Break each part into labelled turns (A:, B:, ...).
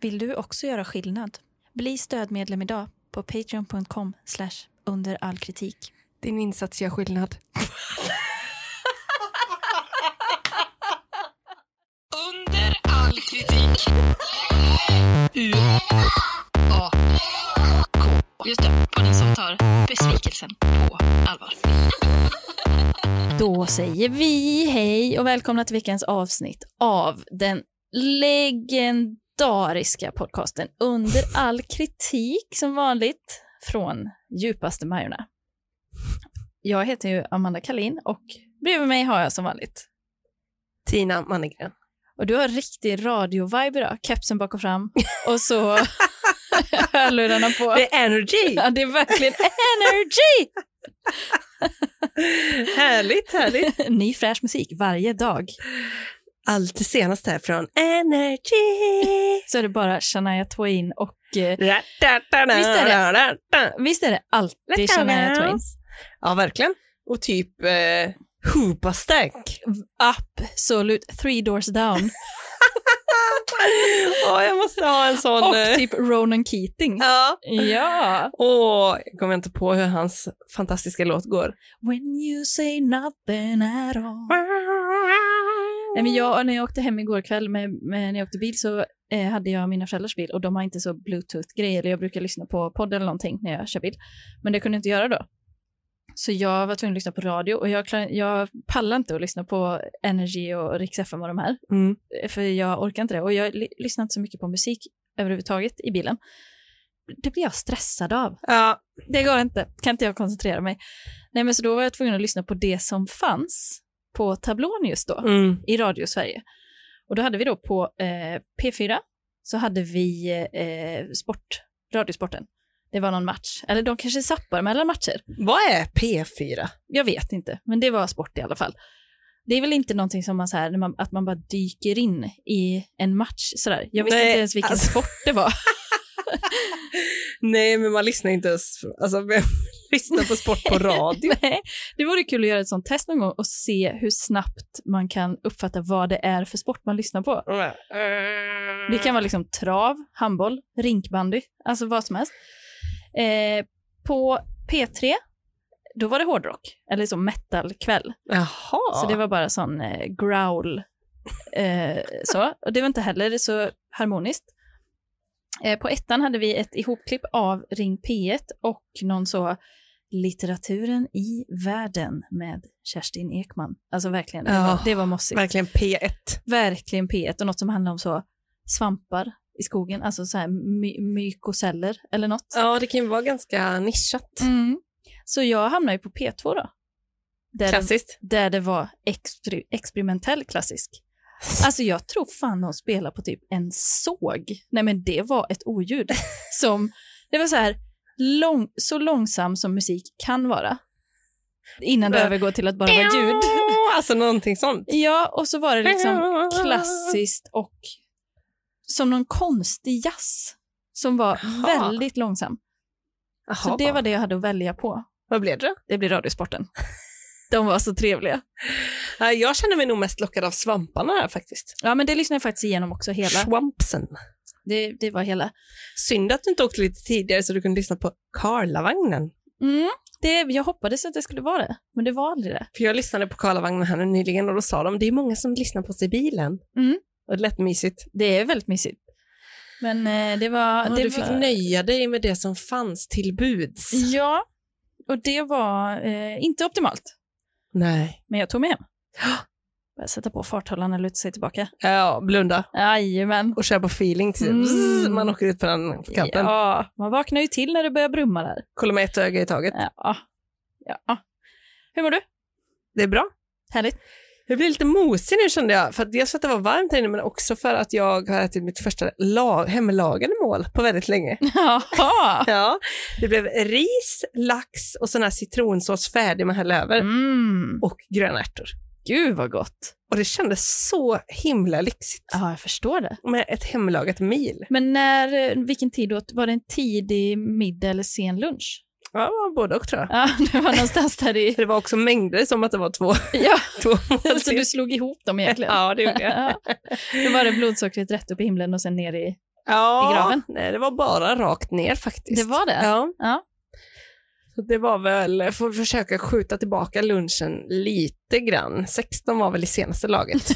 A: Vill du också göra skillnad? Bli stödmedlem idag på patreon.com under all kritik.
B: Din insats gör skillnad.
C: Under all kritik. U A K. Just det, på den som tar besvikelsen på allvar.
A: Då säger vi hej och välkomna till veckans avsnitt av den legendariska podcasten Under all kritik som vanligt från djupaste Majorna. Jag heter ju Amanda Kalin och bredvid mig har jag som vanligt.
B: Tina Mannegren.
A: Och du har riktig radiovibe idag, kepsen bak och fram och så hörlurarna på.
B: Det är energy!
A: Ja, det är verkligen energy!
B: härligt, härligt.
A: Ny fräsch musik varje dag.
B: Allt det senaste här från energy.
A: Så är det bara Shania Twain och eh, Visst
B: Visst
A: är
B: är det?
A: Visst är det alltid
B: Let's go
A: Shania
B: now.
A: Twain?
B: Ja, verkligen. Och typ eh, Hoobastank.
A: Absolut. Three doors down.
B: Ja, jag måste ha en sån.
A: Och
B: eh,
A: typ Ronan Keating.
B: Ja.
A: Ja.
B: Åh, jag kommer inte på hur hans fantastiska låt går.
A: When you say nothing at all. Nej, men jag, när jag åkte hem igår kväll, med, med, när jag åkte bil, så eh, hade jag mina föräldrars bil och de har inte så bluetooth-grejer. Jag brukar lyssna på podd eller någonting när jag kör bil, men det kunde jag inte göra då. Så jag var tvungen att lyssna på radio och jag, klar, jag pallar inte att lyssna på Energy och Rix FM och de här. eh,
B: Mm.
A: för jag orkar inte det. Och jag li- lyssnar inte så mycket på musik överhuvudtaget i bilen. Det blir jag stressad av.
B: Ja,
A: Det går inte. Kan inte jag koncentrera mig. Nej, men så då var jag tvungen att lyssna på det som fanns på tablån just då
B: mm.
A: i Radio Sverige. Och då hade vi då på eh, P4 så hade vi eh, sport, Radiosporten. Det var någon match, eller de kanske zappar mellan matcher.
B: Vad är P4?
A: Jag vet inte, men det var sport i alla fall. Det är väl inte någonting som man, så här, när man, att man bara dyker in i en match sådär. Jag visste
B: Nej,
A: inte ens vilken
B: alltså-
A: sport det var.
B: Nej, men man lyssnar inte ens... Alltså, vem lyssnar på sport på radio?
A: Nej, det vore kul att göra ett sånt test någon gång och se hur snabbt man kan uppfatta vad det är för sport man lyssnar på. Det
B: Mm.
A: kan vara liksom trav, handboll, rinkbandy, alltså vad som helst. Eh, på P3, då var det hårdrock, eller så metalkväll.
B: Jaha.
A: Så det var bara sån eh, growl. Eh, så. Och det var inte heller så harmoniskt. Eh, på ettan hade vi ett ihopklipp av Ring P1 och någon så Litteraturen i världen med Kerstin Ekman. Alltså verkligen, det
B: Ja,
A: var, det var mossigt.
B: verkligen P1.
A: Verkligen P1 och något som handlar om så svampar i skogen, alltså så här my- mykoceller eller något.
B: Ja, det kan ju vara ganska nischat.
A: Mm. Så jag hamnade ju på P2 då. Där det
B: Klassiskt.
A: där det var exper experimentell klassisk. Alltså jag tror fan de spelar på typ en såg. Nej men det var ett oljud som, det var så här, lång, så långsam som musik kan vara. Innan det
B: Bara-
A: övergår till att bara vara ljud.
B: Alltså någonting sånt.
A: Ja, och så var det liksom klassiskt och som någon konstig jazz som var
B: Jaha.
A: väldigt långsam.
B: Jaha.
A: Så det var det jag hade att välja på.
B: Vad blev det?
A: Det blir Radiosporten. De var så trevliga.
B: Ja, Jag känner mig nog mest lockad av svamparna här faktiskt.
A: Ja, men det lyssnade jag faktiskt igenom också hela.
B: Swampsen.
A: Det, det var hela.
B: Synd att du inte åkte lite tidigare så du kunde lyssna på Karlavagnen.
A: Mm, det, jag hoppades att det skulle vara det, men det var aldrig det.
B: För jag lyssnade på Karlavagnen här nu nyligen och då sa de det är många som lyssnar på sig i bilen.
A: Mm.
B: Och det lät mysigt.
A: Det är väldigt mysigt. Men eh, det var...
B: Ja,
A: det
B: du fick
A: var, Mm.
B: nöja dig med det som fanns till buds.
A: Ja, och det var eh, inte optimalt.
B: Nej.
A: Men jag tog mig hem. Bara sätta på farthållaren och luta sig tillbaka.
B: Eh, Ja, blunda
A: Jajamän.
B: och köra på feeling. Till
A: Mm.
B: Zzz, Man åker ut på den kanten.
A: Ja, man vaknar ju till när det börjar brumma där.
B: Kolla med ett öga i taget.
A: Ja. ja. Hur mår du?
B: Det är bra.
A: Härligt.
B: Jag blir lite mosig nu kände jag, för att dels för att det var varmt här inne men också för att jag har ätit mitt första la- hemlagade mål på väldigt länge.
A: Jaha.
B: Ja, det blev ris, lax och sån här citronsås färdig man häller över
A: Mm.
B: och gröna ärtor.
A: Gud vad gott.
B: Och det kändes så himla lyxigt
A: Ja, jag förstår det.
B: med ett hemlagat mil.
A: Men när, eh, vilken tid åt, var det en tidig middag eller sen lunch?
B: Ja, det var både och tror jag.
A: Ja, det var någonstans där i...
B: Det var också mängder som att det var två,
A: Ja,
B: två
A: alltså du slog ihop dem egentligen.
B: Ja, det gjorde jag.
A: Ja. Då var det blodsockret rätt upp i himlen och sen ner i
B: Ja,
A: I graven?
B: Nej, det var bara rakt ner faktiskt.
A: Det var det?
B: Ja.
A: Ja.
B: Så det var väl, får vi försöka skjuta tillbaka lunchen lite grann. 16 var väl i senaste laget.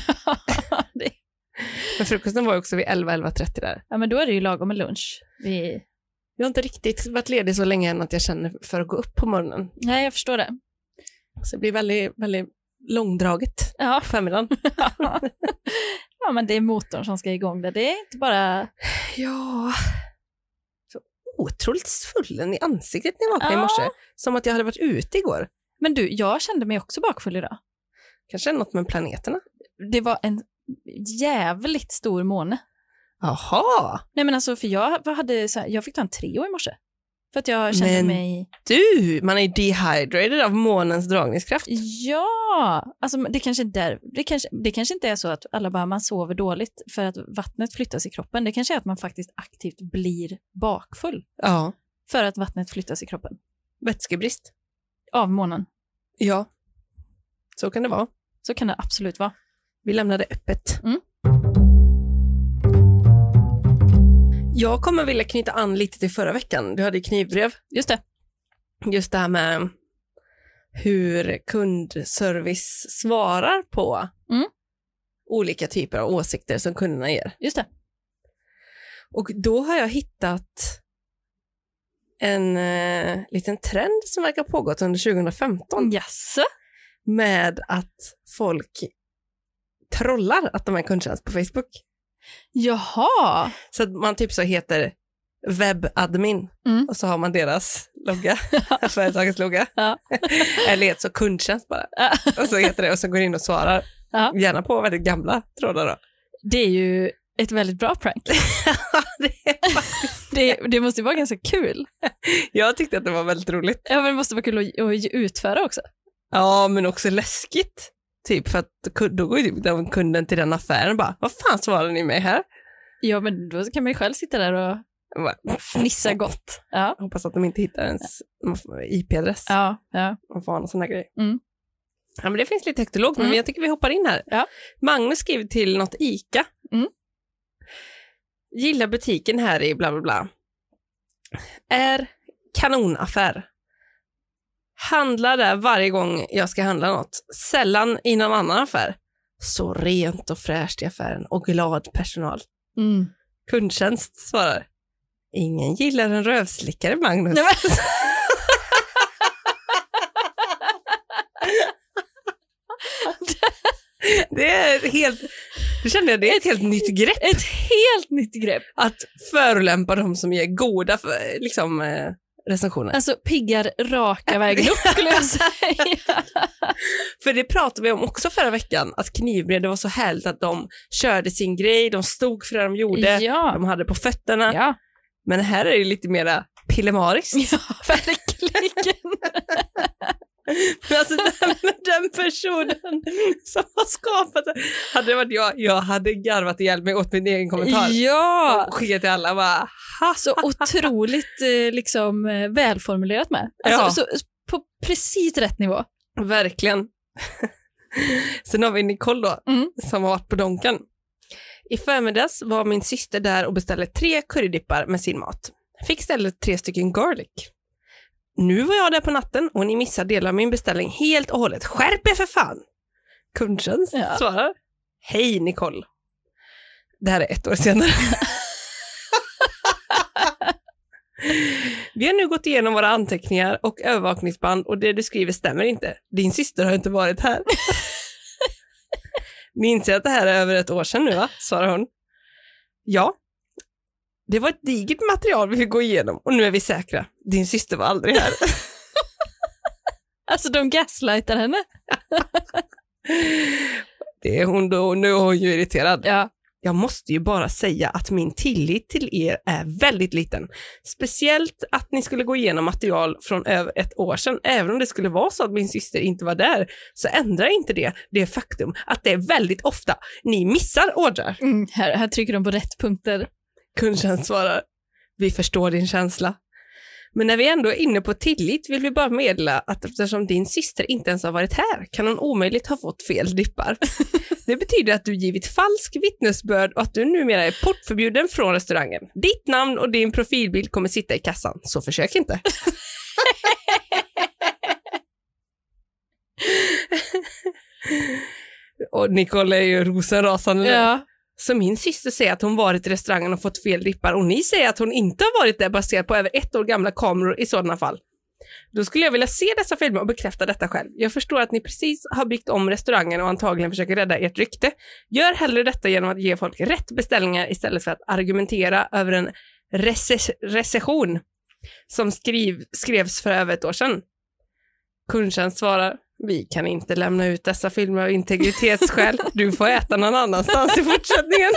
A: Det-
B: Men frukosten var ju också vid 11, 11.30 där.
A: Ja, men då är det ju lagom med lunch. Vi...
B: Jag har inte riktigt varit ledig så länge än att jag känner för att gå upp på morgonen.
A: Nej, jag förstår det.
B: Så det blir väldigt, väldigt långdraget
A: Ja.
B: på förmiddagen.
A: ja, men det är motorn som ska igång där. Det är inte bara...
B: Ja. Så otroligt svullen i ansiktet när jag vaknade i
A: Ja.
B: morse. Som att jag hade varit ute igår.
A: Men du, jag kände mig också bakfull idag.
B: Kanske något med planeterna.
A: Det var en jävligt stor måne.
B: Jaha,
A: Nej, men alltså, för jag, vad hade, så här, jag fick ta en Treo i morse. För att jag kände
B: Men-
A: mig...
B: du! Man är ju dehydrated av månens dragningskraft.
A: Ja! Alltså, det, kanske är där, det, kanske, det kanske inte är så att alla bara man sover dåligt för att vattnet flyttas i kroppen. Det kanske är att man faktiskt aktivt blir bakfull
B: Ja,
A: för att vattnet flyttas i kroppen
B: vätskebrist.
A: av månen.
B: Ja, så kan det vara.
A: Så kan det absolut vara.
B: Vi lämnar det öppet.
A: Mm.
B: Jag kommer vilja knyta an lite till förra veckan. Du hade ju knivbrev.
A: Just det.
B: Just det här med hur kundservice svarar på
A: Mm.
B: olika typer av åsikter som kunderna ger.
A: Just det.
B: Och då har jag hittat en eh, liten trend som verkar ha pågått under 2015
A: Jaså?
B: med att folk trollar att de är kundtjänst på Facebook.
A: Jaha!
B: Så att man typ så heter webbadmin
A: Mm.
B: och så har man deras logga, företagets logga.
A: Ja.
B: Eller heter så kundtjänst bara.
A: Ja.
B: Och så heter det och så går in och svarar.
A: Ja.
B: Gärna på väldigt gamla trådar då.
A: Det är ju ett väldigt bra prank.
B: Det-
A: Det, det måste ju vara ganska kul.
B: jag tyckte att det var väldigt roligt.
A: Ja, men det måste vara kul att, att utföra också.
B: Ja, men också läskigt. Typ för att ku- då går ju typ den kunden till den affären och bara, vad fan svarar ni mig här?
A: Ja, men då kan man ju själv sitta där och
B: Jag bara,
A: fnissa gott. Ja,
B: Jag hoppas att de inte hittar ens IP-adress.
A: ja, ja.
B: Man får ha någon sån här grej.
A: Mm.
B: Ja, men det finns lite högt och lågt, men
A: Mm.
B: jag tycker vi hoppar in här.
A: Ja.
B: Magnus skriver till något ICA.
A: Mm.
B: Gillar butiken här i bla bla bla. Är kanonaffär. Handlar där varje gång jag ska handla något. Sällan i någon annan affär. Så rent och fräscht i affären och glad personal.
A: Mm.
B: Kundtjänst svarar. Ingen gillar en rövslickare, Magnus.
A: Nej, men...
B: Det är helt, det kände jag, det är ett helt nytt grepp.
A: Ett helt nytt grepp.
B: Att förolämpa de som ger goda för, liksom, eh, recensioner.
A: Alltså piggar raka vägen upp skulle jag säga.
B: För det pratade vi om också förra veckan, att knivbrev, det var så härligt att de körde sin grej, de stod för det de gjorde,
A: Ja.
B: de hade på fötterna.
A: Ja.
B: Men här är det lite mera pillemariskt.
A: ja, verkligen.
B: Men alltså den, den personen som har skapat det. Hade det varit jag, jag hade garvat ihjäl mig åt min egen kommentar.
A: Ja,
B: Och skickat till alla bara, ha,
A: så otroligt eh, liksom, eh, välformulerat med. Alltså,
B: Ja.
A: så, så, på precis rätt nivå.
B: Verkligen. Sen har vi Nicole då,
A: Mm.
B: som har varit på Donken. I förmiddags var min syster där och beställde tre currydippar med sin mat. Fick istället tre stycken garlic. Nu var jag där på natten och ni missade delar av min beställning helt och hållet. Skärp er för fan! Kundtjänst
A: Ja.
B: svarar. Hej Nicole. Det här är ett år senare. Vi har nu gått igenom våra anteckningar och övervakningsband och det du skriver stämmer inte. Din syster har inte varit här. Ni inser att det här är över ett år sedan nu va? svarar hon. Ja. Det var ett digert material vi fick gå igenom och nu är vi säkra. Din syster var aldrig här.
A: Alltså de gaslightar henne.
B: Det är hon då och nu är hon ju irriterad.
A: Ja.
B: Jag måste ju bara säga att min tillit till er är väldigt liten. Speciellt att ni skulle gå igenom material från över ett år sedan. Även om det skulle vara så att min syster inte var där, så ändrar inte det det faktum att det är väldigt ofta ni missar ordrar.
A: Mm, här, här trycker de på rätt punkter.
B: Kundtjänst svarar, vi förstår din känsla. Men när vi ändå är inne på tillit vill vi bara meddela att eftersom din syster inte ens har varit här kan hon omöjligt ha fått fel dippar. Det betyder att du givit falsk vittnesbörd och att du numera är portförbjuden från restaurangen. Ditt namn och din profilbild kommer sitta i kassan, så försök inte. och Nicole är ju rosenrasande nu.
A: Ja.
B: Så min syster säger att hon varit i restaurangen och fått fel dippar och ni säger att hon inte har varit där baserat på över ett år gamla kameror i sådana fall. Då skulle jag vilja se dessa filmer och bekräfta detta själv. Jag förstår att ni precis har byggt om restaurangen och antagligen försöker rädda ert rykte. Gör hellre detta genom att ge folk rätt beställningar istället för att argumentera över en rece- recession som skriv- skrevs för över ett år sedan. Kundtjänst svarar, vi kan inte lämna ut dessa filmer av integritetsskäl. Du får äta någon annanstans i fortsättningen.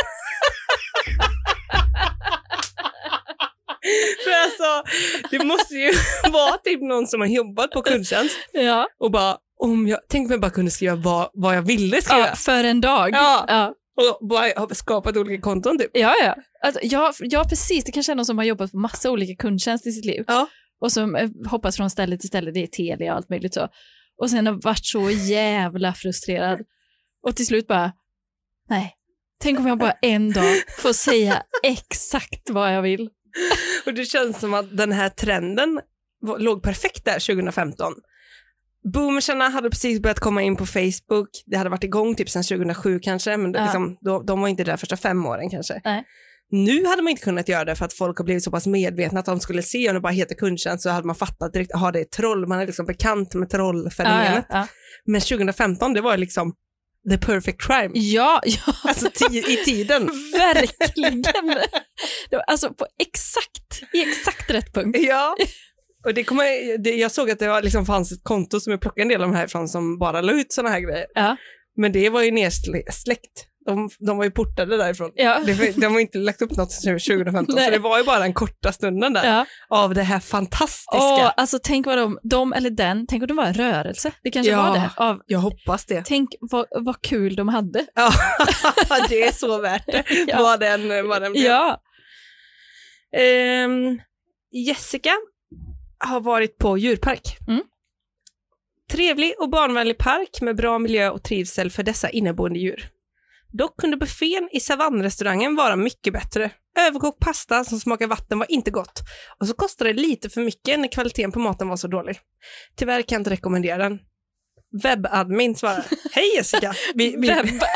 B: För alltså, det måste ju vara typ någon som har jobbat på kundtjänst
A: Ja.
B: och bara, om jag, tänk om jag bara kunde skriva vad, vad jag ville skriva.
A: ja, för en dag.
B: Ja.
A: ja.
B: Och bara har skapat olika konton typ.
A: Ja, ja. Alltså, ja, ja, precis. Det kanske är någon som har jobbat på massa olika kundtjänster i sitt liv
B: Ja.
A: och som eh, hoppas från ställe till ställe. Det är Telia och allt möjligt så. Och sen har varit så jävla frustrerad och till slut bara, nej, tänk om jag bara en dag får säga exakt vad jag vill.
B: Och det känns som att den här trenden var, låg perfekt där 2015. Boomersarna hade precis börjat komma in på Facebook. Det hade varit igång typ sedan 2007 kanske, men det,
A: Ja.
B: liksom, då, de var inte där första fem åren kanske.
A: Nej.
B: Nu hade man inte kunnat göra det för att folk har blivit så pass medvetna att de skulle se om det bara heter kundtjänst så hade man fattat direkt, jaha det är troll, man är liksom bekant med trollfenomenet.
A: Ja, ja,
B: Men 2015 det var liksom the perfect crime,
A: ja. ja,
B: alltså ti- i tiden.
A: verkligen. Det var Alltså på exakt, i exakt rätt punkt.
B: Ja. Och det kommer, det, jag såg att det var, liksom fanns ett konto som jag plockade en del av de här ifrån som bara la ut sådana här grejer.
A: Ja.
B: Men det var ju nedsläckt. De, de var ju portade därifrån.
A: Ja.
B: Det, var- de har inte lagt upp något sedan 2015,
A: Nej.
B: så det var ju bara den korta stunden där
A: Ja.
B: av det här fantastiska.
A: Åh, alltså tänk vad de, de eller den, tänk om de var en rörelse. Det kanske
B: Ja.
A: var det. Av
B: Jag hoppas det.
A: Tänk vad, vad kul de hade.
B: Ja, det är så värt det,
A: Ja.
B: vad den, vad den blev.
A: Ja.
B: Ehm, Jessica har varit på djurpark.
A: Mm.
B: Trevlig och barnvänlig park med bra miljö och trivsel för dessa inneboende djur. Dock kunde buffén i savannrestaurangen vara mycket bättre. Överkokt pasta som smakar vatten var inte gott och så kostade det lite för mycket när kvaliteten på maten var så dålig. Tyvärr kan jag inte rekommendera den. Webbadmin svarar. Hej Jessica! Vi, vi,
A: Vem-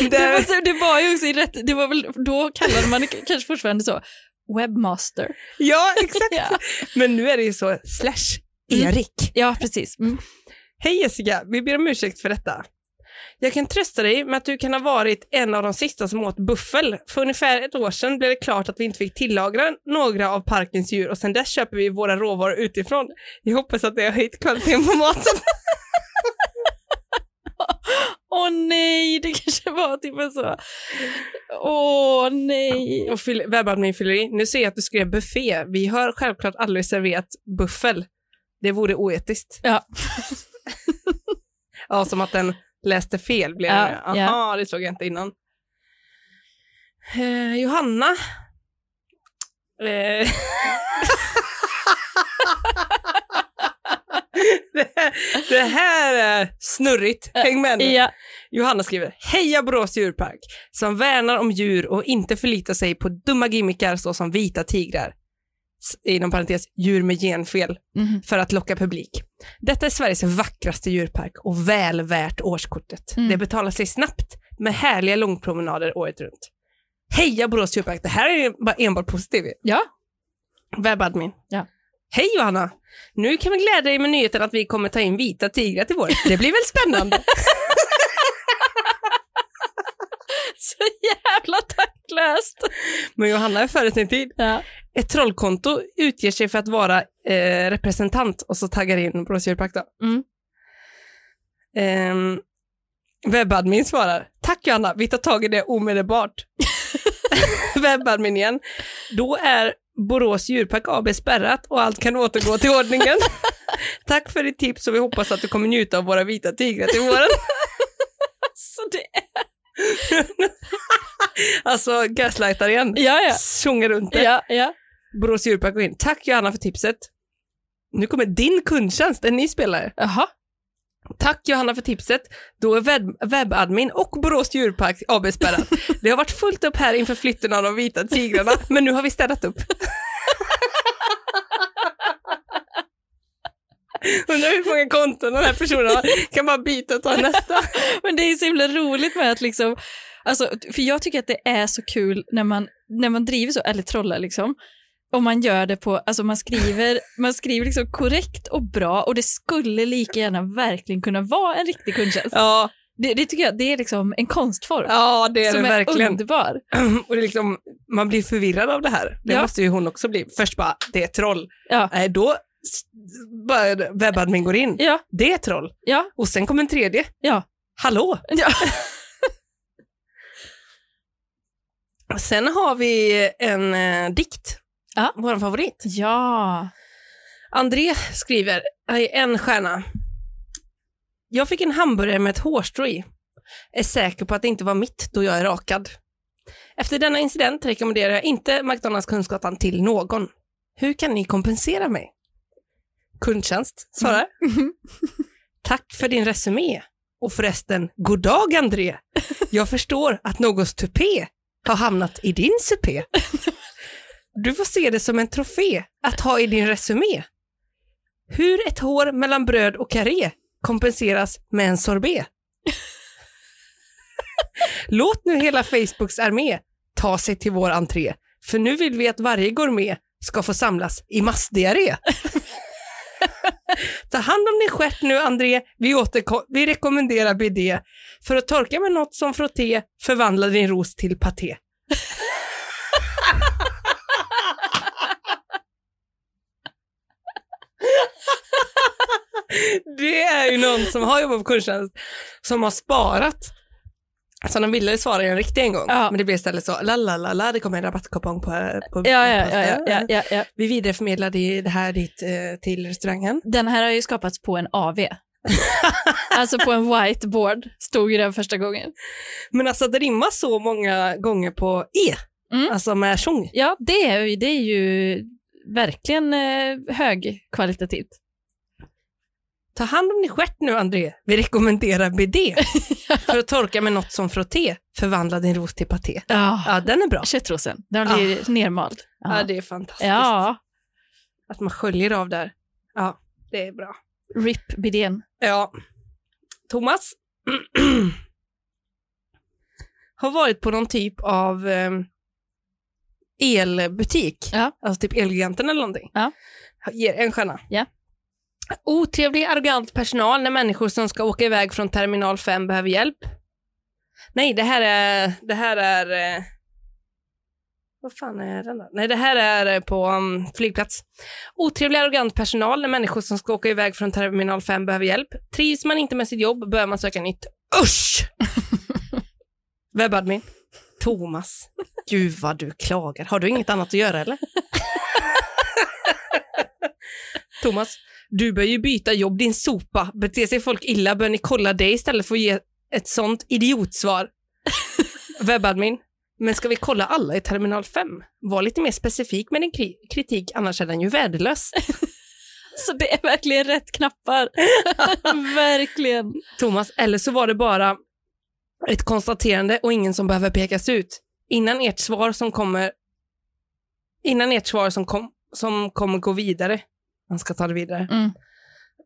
A: Det, var,
B: där-
A: så- det var ju också i rätt, det var väl, då kallade man det k- kanske fortfarande så, webmaster.
B: ja, exakt.
A: Ja,
B: Men nu är det ju så, slash Erik.
A: ja precis. Mm.
B: Hej Jessica, vi ber om ursäkt för detta. Jag kan trösta dig med att du kan ha varit en av de sista som åt buffel. För ungefär ett år sedan blev det klart att vi inte fick tillagra några av parkens djur och sedan dess köper vi våra råvaror utifrån. Jag hoppas att det har höjt kvaliteten på maten.
A: Åh nej, det kanske var typ en så, åh nej.
B: Och fyll- webbadmin fyller i. Nu ser jag att du skrev buffé. Vi har självklart aldrig serverat buffel. Det vore oetiskt.
A: Ja.
B: ja, som att den läste fel blev
A: Ja,
B: det. Aha, det såg jag inte innan. Eh, Johanna. Eh. det, här, det här är snurrigt. Häng med nu.
A: Ja,
B: Johanna skriver, heja Borås djurpark, som värnar om djur och inte förlitar sig på dumma gimmickar såsom vita tigrar, S- inom parentes djur med genfel,
A: Mhm.
B: för att locka publik. Detta är Sveriges vackraste djurpark och väl värt årskortet.
A: Mm.
B: Det betalar sig snabbt med härliga långpromenader året runt. Heja Borås djurpark, det här är ju bara enbart positivt.
A: ja.
B: Webbadmin.
A: Ja.
B: Hej Johanna! Nu kan vi glädja dig med nyheten att vi kommer ta in vita tigrar till vår. Det blir väl spännande?
A: så jävla tacklöst.
B: Men Johanna är före sin tid.
A: Ja.
B: Ett trollkonto utger sig för att vara eh, representant och så taggar in Borås djurpark då.
A: Mm.
B: Ehm, webbadmin svarar, tack Johanna, vi tar tag i det omedelbart. webbadmin igen. Då är Borås djurpark AB spärrat och allt kan återgå till ordningen. tack för ditt tips och vi hoppas att du kommer njuta av våra vita tigrar till våren.
A: Alltså det är...
B: Alltså gaslightar igen.
A: Ja, ja.
B: Tjongar runt det.
A: Ja, ja.
B: Borås djurpark går in. Tack Johanna för tipset. Nu kommer din kundtjänst, en ny spelare.
A: Jaha.
B: Tack Johanna för tipset. Då är webb, webbadmin och Borås djurpark AB spärrat. Det har varit fullt upp här inför flytten av de vita tigrarna, men nu har vi städat upp. Undrar hur många konton den här personen har. Kan bara byta och ta nästa.
A: Men det är så himla roligt med att liksom, alltså, för jag tycker att det är så kul när man, när man driver så, eller trollar liksom, och man gör det på, alltså man skriver, man skriver liksom korrekt och bra och det skulle lika gärna verkligen kunna vara en riktig kundtjänst.
B: Ja,
A: Det, det tycker jag, det är liksom en konstform
B: ja det är
A: som
B: det
A: är
B: verkligen.
A: underbar.
B: Och det är liksom, man blir förvirrad av det här. Det
A: Ja.
B: måste ju hon också bli. Först bara, det är troll.
A: Ja.
B: Nej, då s- bara webbadmin går in.
A: Ja,
B: Det är troll.
A: ja,
B: Och sen kommer en tredje.
A: Ja.
B: Hallå!
A: ja.
B: Sen har vi en eh, dikt.
A: Ja.
B: Vår favorit.
A: ja.
B: André skriver, i en stjärna. Jag fick en hamburgare med ett hårstrå i. Är säker på att det inte var mitt då jag är rakad. Efter denna incident rekommenderar jag inte McDonalds Kungsgatan till någon. Hur kan ni kompensera mig? Kundtjänst svarar.
A: Mhm.
B: Tack för din resumé. Och förresten, god dag André. Jag förstår att någons tupé har hamnat i din supé. Du får se det som en trofé att ha i din resumé. Hur ett hår mellan bröd och karré kompenseras med en sorbet. Låt nu hela Facebooks armé ta sig till vår entré, för nu vill vi att varje gourmet ska få samlas i massdiarré. Ta hand om din stjärt nu, André. Vi, återko- vi rekommenderar bidé. För att torka med något som frotté, förvandla din ros till paté. Det är ju någon som har jobbat på kundtjänst som har sparat. Alltså de ville svara en riktig en gång,
A: Ja.
B: men det blev istället så, la la la la, det kommer en rabattkupong på, på
A: Ja, ja,
B: på-
A: ja, ja, ja, ja, ja.
B: Vi vidareförmedlade ju det här dit eh, till restaurangen.
A: Den här har ju skapats på en AV. alltså på en whiteboard stod ju den första gången.
B: Men alltså att rimma så många gånger på E,
A: Mm.
B: alltså med tjong.
A: Ja, det är, ju- det är ju verkligen eh, högkvalitativt.
B: Ta hand om din stjärt nu André, vi rekommenderar BD. För att torka med något som frotté, förvandla din ros till paté.
A: Ja.
B: Ja, den är bra.
A: Köttrosen, den blir nermald.
B: Ja,
A: Ja,
B: det är fantastiskt.
A: ja.
B: Att man sköljer av där. Ja, det är bra.
A: RIP bidén.
B: Ja. Thomas har varit på någon typ av eh, elbutik,
A: Ja.
B: alltså typ Elgiganten eller någonting.
A: Ja.
B: Ger en stjärna.
A: Ja.
B: Otrevlig, arrogant personal när människor som ska åka iväg från terminal 5 behöver hjälp. Nej, det här är... Det här är eh, vad fan är den då? Nej, det här är eh, på um, flygplats. Otrevlig, arrogant personal när människor som ska åka iväg från terminal 5 behöver hjälp. Trivs man inte med sitt jobb bör man söka nytt. Usch! Webbadmin. Thomas, gud vad du klagar. Har du inget annat att göra eller? Thomas, du bör ju byta jobb din sopa. Beter sig folk illa bör ni kolla det istället för att ge ett sånt idiotsvar. Webbadmin. Men ska vi kolla alla i terminal 5? Var lite mer specifik med din kri- kritik, annars är den ju värdelös.
A: Så det är verkligen rätt knappar. verkligen.
B: Thomas, eller så var det bara ett konstaterande och ingen som behöver pekas ut. Innan ert svar som kommer, innan ert svar som, kom, som kommer gå vidare, man ska ta det vidare,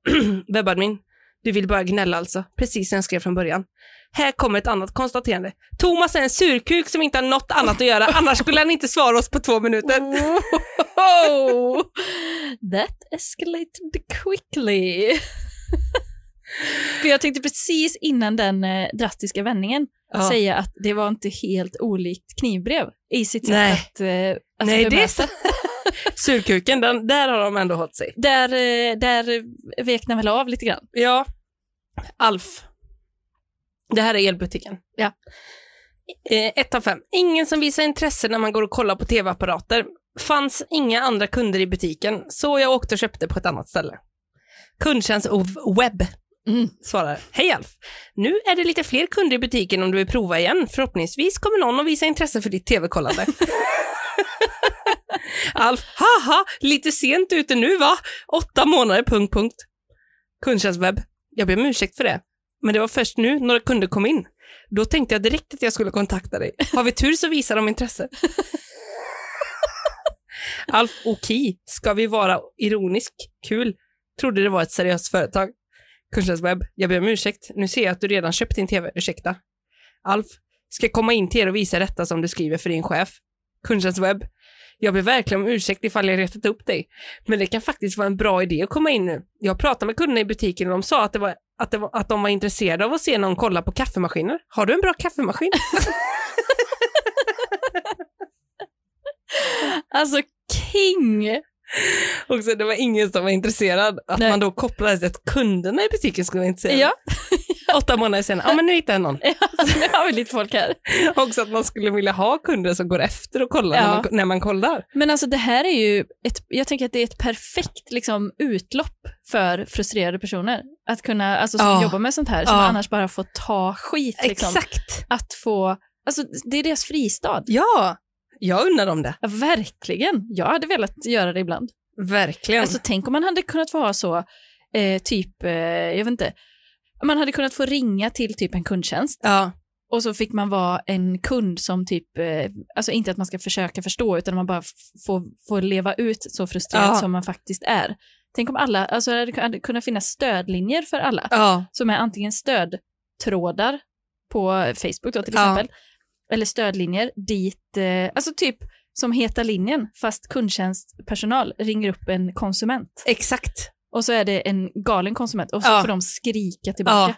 A: Mm.
B: webbadmin, du vill bara gnälla alltså, precis som jag skrev från början. Här kommer ett annat konstaterande. Thomas är en surkuk som inte har något annat att göra, annars skulle han inte svara oss på två minuter.
A: Wow. That escalated quickly. För jag tänkte precis innan den eh, drastiska vändningen säga att det var inte helt olikt knivbrev i sitt sätt
B: Nej.
A: att, eh, att
B: Nej, det är
A: bemöta.
B: så. Surkuken, den, där har de ändå hållit sig.
A: Där, eh, där vek den väl av lite grann.
B: Ja. Alf. Det här är elbutiken.
A: Ja.
B: Eh, ett av fem. Ingen som visar intresse när man går och kollar på tv-apparater. Fanns inga andra kunder i butiken, så jag åkte och köpte på ett annat ställe. Kundtjänst och webb.
A: Mm.
B: Svarar, hej Alf! Nu är det lite fler kunder i butiken om du vill prova igen. Förhoppningsvis kommer någon att visa intresse för ditt tv-kollande. Alf, haha, lite sent ute nu va? Åtta månader, punkt, punkt. Kundtjänstwebb, jag ber om ursäkt för det. Men det var först nu några kunder kom in. Då tänkte jag direkt att jag skulle kontakta dig. Har vi tur så visar de intresse. Alf, okej, ska vi vara ironisk? Kul. Trodde det var ett seriöst företag. Kundtjänstwebb, jag ber om ursäkt. Nu ser jag att du redan köpt din TV. Ursäkta. Alf, ska komma in till er och visa detta som du skriver för din chef. Kundtjänstwebb, jag ber verkligen om ursäkt ifall jag retat upp dig. Men det kan faktiskt vara en bra idé att komma in nu. Jag pratade med kunderna i butiken och de sa att, det var, att, det var, att de var intresserade av att se någon kolla på kaffemaskiner. Har du en bra kaffemaskin?
A: Alltså king!
B: Och så det var ingen som var intresserad. Att
A: Nej.
B: man då kopplade sig att kunderna i butiken skulle vara intresserade.
A: Ja,
B: Åtta månader senare, ja men nu hittade jag någon.
A: nu har vi lite folk här.
B: Också att man skulle vilja ha kunder som går efter och kollar när,
A: Ja.
B: man, när man kollar.
A: Men alltså det här är ju, ett, jag tänker att det är ett perfekt liksom, utlopp för frustrerade personer. Att kunna, alltså som
B: Ja.
A: jobbar med sånt här, som
B: Ja.
A: annars bara får ta skit. Liksom.
B: Exakt.
A: Att få, alltså det är deras fristad.
B: Ja, jag undrar om det.
A: Ja, verkligen. Jag hade velat göra det ibland.
B: Verkligen.
A: Alltså tänk om man hade kunnat vara så, eh, typ, eh, jag vet inte, man hade kunnat få ringa till typ en kundtjänst
B: ja.
A: och så fick man vara en kund som typ, eh, alltså inte att man ska försöka förstå utan man bara f- får, får leva ut så frustrerad
B: Ja.
A: som man faktiskt är. Tänk om alla, alltså det hade kun- hade kunnat finnas stödlinjer för alla
B: ja.
A: som är antingen stödtrådar på Facebook då till
B: Ja.
A: exempel, eller stödlinjer dit, eh, alltså typ som Heta linjen, fast kundtjänstpersonal ringer upp en konsument
B: Exakt.
A: och så är det en galen konsument och så
B: Ja.
A: får de skrika tillbaka.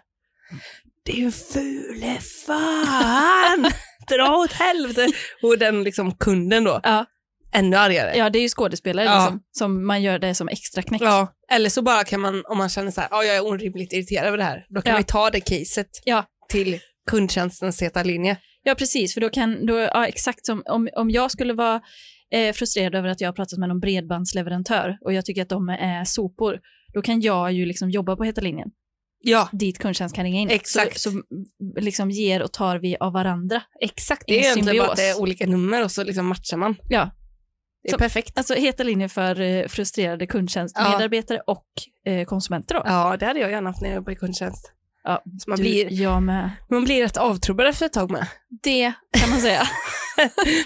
B: Det är ju fule fan! Dra åt helvete! Och den liksom kunden då,
A: Ja.
B: ännu argare.
A: Ja, det är ju skådespelare
B: Ja.
A: liksom, som man gör det som extra knäck.
B: Ja. Eller så bara kan man, om man känner så här, "Ja, jag är orimligt irriterad över det här, då kan
A: Ja.
B: man ju ta det caset
A: Ja.
B: till kundtjänstens heta linje.
A: Ja, precis. För då kan, då, ja, exakt som om, om jag skulle vara eh, frustrerad över att jag har pratat med någon bredbandsleverantör och jag tycker att de är sopor, då kan jag ju liksom jobba på Heta linjen,
B: Ja,
A: dit kundtjänst kan ringa in.
B: Exakt.
A: Så, så mm, liksom ger och tar vi av varandra.
B: exakt. Det är
A: En
B: egentligen bara
A: symbios.
B: att det är olika nummer och så liksom matchar man.
A: Ja.
B: Det är
A: Som-
B: perfekt.
A: Alltså Heta linjen för eh, frustrerade kundtjänstmedarbetare och eh, konsumenter då.
B: Ja, det hade jag gärna haft när jag jobbade i kundtjänst.
A: Ja,
B: Så man,
A: Du,
B: blir,
A: Jag med.
B: man blir rätt avtrubbad efter ett tag med.
A: Det kan man säga.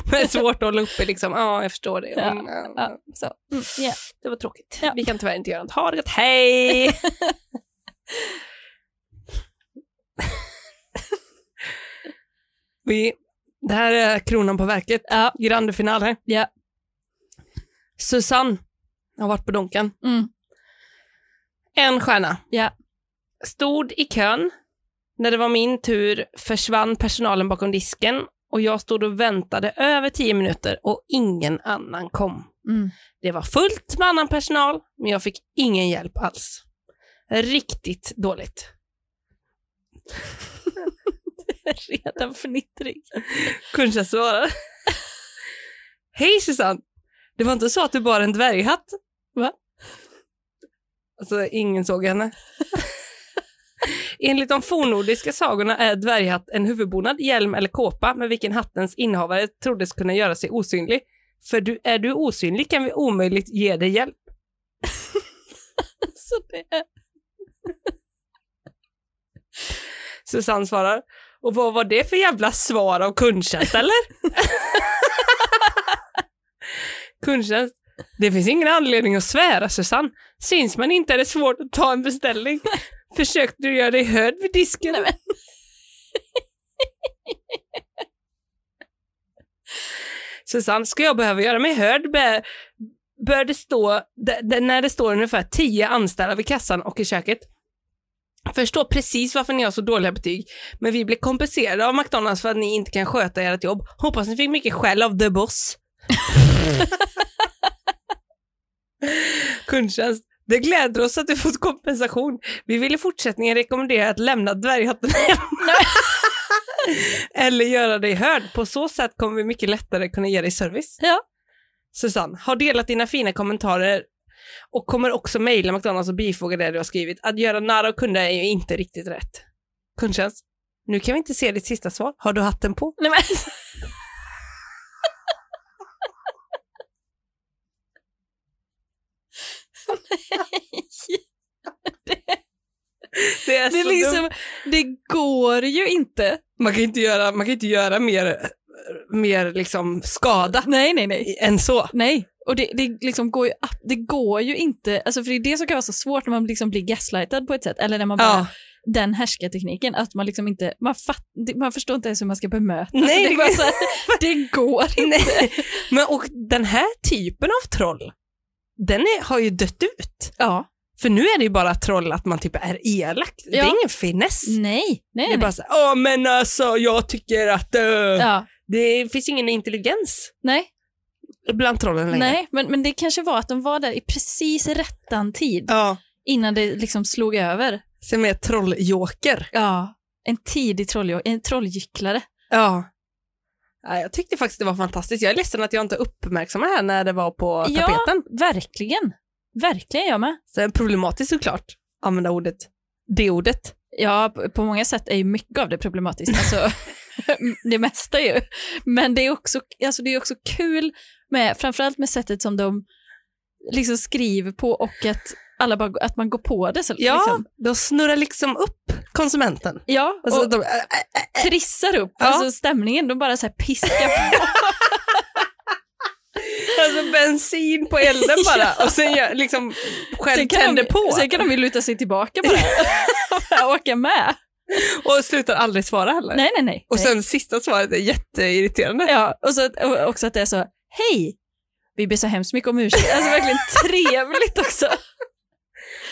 B: Men det är svårt att hålla uppe liksom, ja, jag förstår det.
A: Ja,
B: Mm, ja,
A: ja.
B: Så.
A: Mm, yeah.
B: Det var tråkigt.
A: Ja.
B: Vi kan tyvärr inte göra något. Ha det gott, hej! Vi, det här är kronan på verket.
A: Ja.
B: Grande finale.
A: Ja.
B: Susanne har varit på Donken.
A: Mm.
B: En stjärna.
A: Ja.
B: Stod i kön. När det var min tur försvann personalen bakom disken och jag stod och väntade över tio minuter och ingen annan kom.
A: Mm.
B: Det var fullt med annan personal, men jag fick ingen hjälp alls. Riktigt dåligt.
A: Redan fnittrig.
B: Kunde jag svara? Hej Susanne! Det var inte så att du bar en dvärghatt?
A: Va?
B: Alltså, ingen såg henne. Enligt de fornnordiska sagorna är dvärghatt en huvudbonad, hjälm eller kåpa med vilken hattens innehavare troddes kunna göra sig osynlig. För du, är du osynlig kan vi omöjligt ge dig hjälp.
A: Så det är...
B: Susanne svarar. Och vad var det för jävla svar av kundtjänst eller? kundtjänst. Det finns ingen anledning att svära Susanne. Syns man inte är det svårt att ta en beställning. Försökte du göra dig hörd vid disken? Susanne, ska jag behöva göra mig hörd? Bör, bör det stå, d- d- när det står ungefär tio anställda vid kassan och i köket. Förstår precis varför ni har så dåliga betyg, men vi blir kompenserade av McDonalds för att ni inte kan sköta ert jobb. Hoppas ni fick mycket skäll av the boss. Kundtjänst. Det gläder oss att du fått kompensation. Vi vill i fortsättningen rekommendera att lämna dvärghatten hemma. Eller göra dig hörd. På så sätt kommer vi mycket lättare kunna ge dig service.
A: Ja.
B: Susanne, har delat dina fina kommentarer Och kommer också mejla McDonalds och bifoga det du har skrivit. Att göra narr av kunder är ju inte riktigt rätt. Kundtjänst. Nu kan vi inte se ditt sista svar. Har du hatten på?
A: Nej, men. Nej.
B: Det är,
A: Det, är
B: så dumt.
A: liksom, det går ju inte.
B: Man kan inte göra, man kan inte göra mer, mer liksom skada
A: Nej, nej, nej.
B: än så.
A: Nej, och det, det, liksom går, ju, ab- det går ju inte, alltså för det är det som kan vara så svårt när man liksom blir gaslightad på ett sätt, eller när man bara,
B: Ja.
A: den härskartekniken, att man liksom inte, man, fatt, det- man förstår inte ens hur man ska bemöta.
B: Nej,
A: Alltså, det,
B: det-
A: är bara så här, det går inte.
B: Nej. Men och den här typen av troll, den är, har ju dött ut.
A: Ja.
B: För nu är det ju bara troll att man typ är elak. Det är
A: Ja. Mm,
B: ingen finess.
A: Nej, nej,
B: Det är
A: nej.
B: bara så här, ja men alltså jag tycker att eh,
A: Ja.
B: det finns ingen intelligens
A: Nej,
B: bland trollen längre.
A: nej men, men det kanske var att de var där i precis rättan tid
B: Ja.
A: innan det liksom slog över.
B: Som är trolljoker.
A: Ja. En tidig troll, en trollgycklare.
B: Ja. Ja, Jag tyckte faktiskt det var fantastiskt. Jag är ledsen att jag inte uppmärksammade det här när det var på
A: Ja.
B: tapeten.
A: Verkligen. Verkligen jag med.
B: Sen problematiskt såklart, använda ordet. Det ordet.
A: Ja, p- på många sätt är ju mycket av det problematiskt. Alltså, det mesta ju. Men det är också, alltså det är också kul, med, framförallt med sättet som de liksom skriver på och att, alla bara, att man går på det. Så,
B: Ja,
A: liksom.
B: de snurrar liksom upp konsumenten.
A: ja
B: Alltså,
A: och
B: de, äh, äh,
A: trissar upp
B: Ja.
A: alltså stämningen. De bara så här piskar på.
B: alltså bensin på elden bara och sen gör, liksom själv tänder
A: de,
B: på
A: sen kan de ju luta sig tillbaka bara och åka med.
B: och slutar aldrig svara heller.
A: Nej, nej, nej.
B: Och
A: nej.
B: sen sista svaret är jätteirriterande.
A: Ja, och så att, och också att det är så, hej, vi ber så hemskt mycket om ursäkt. Alltså verkligen trevligt också.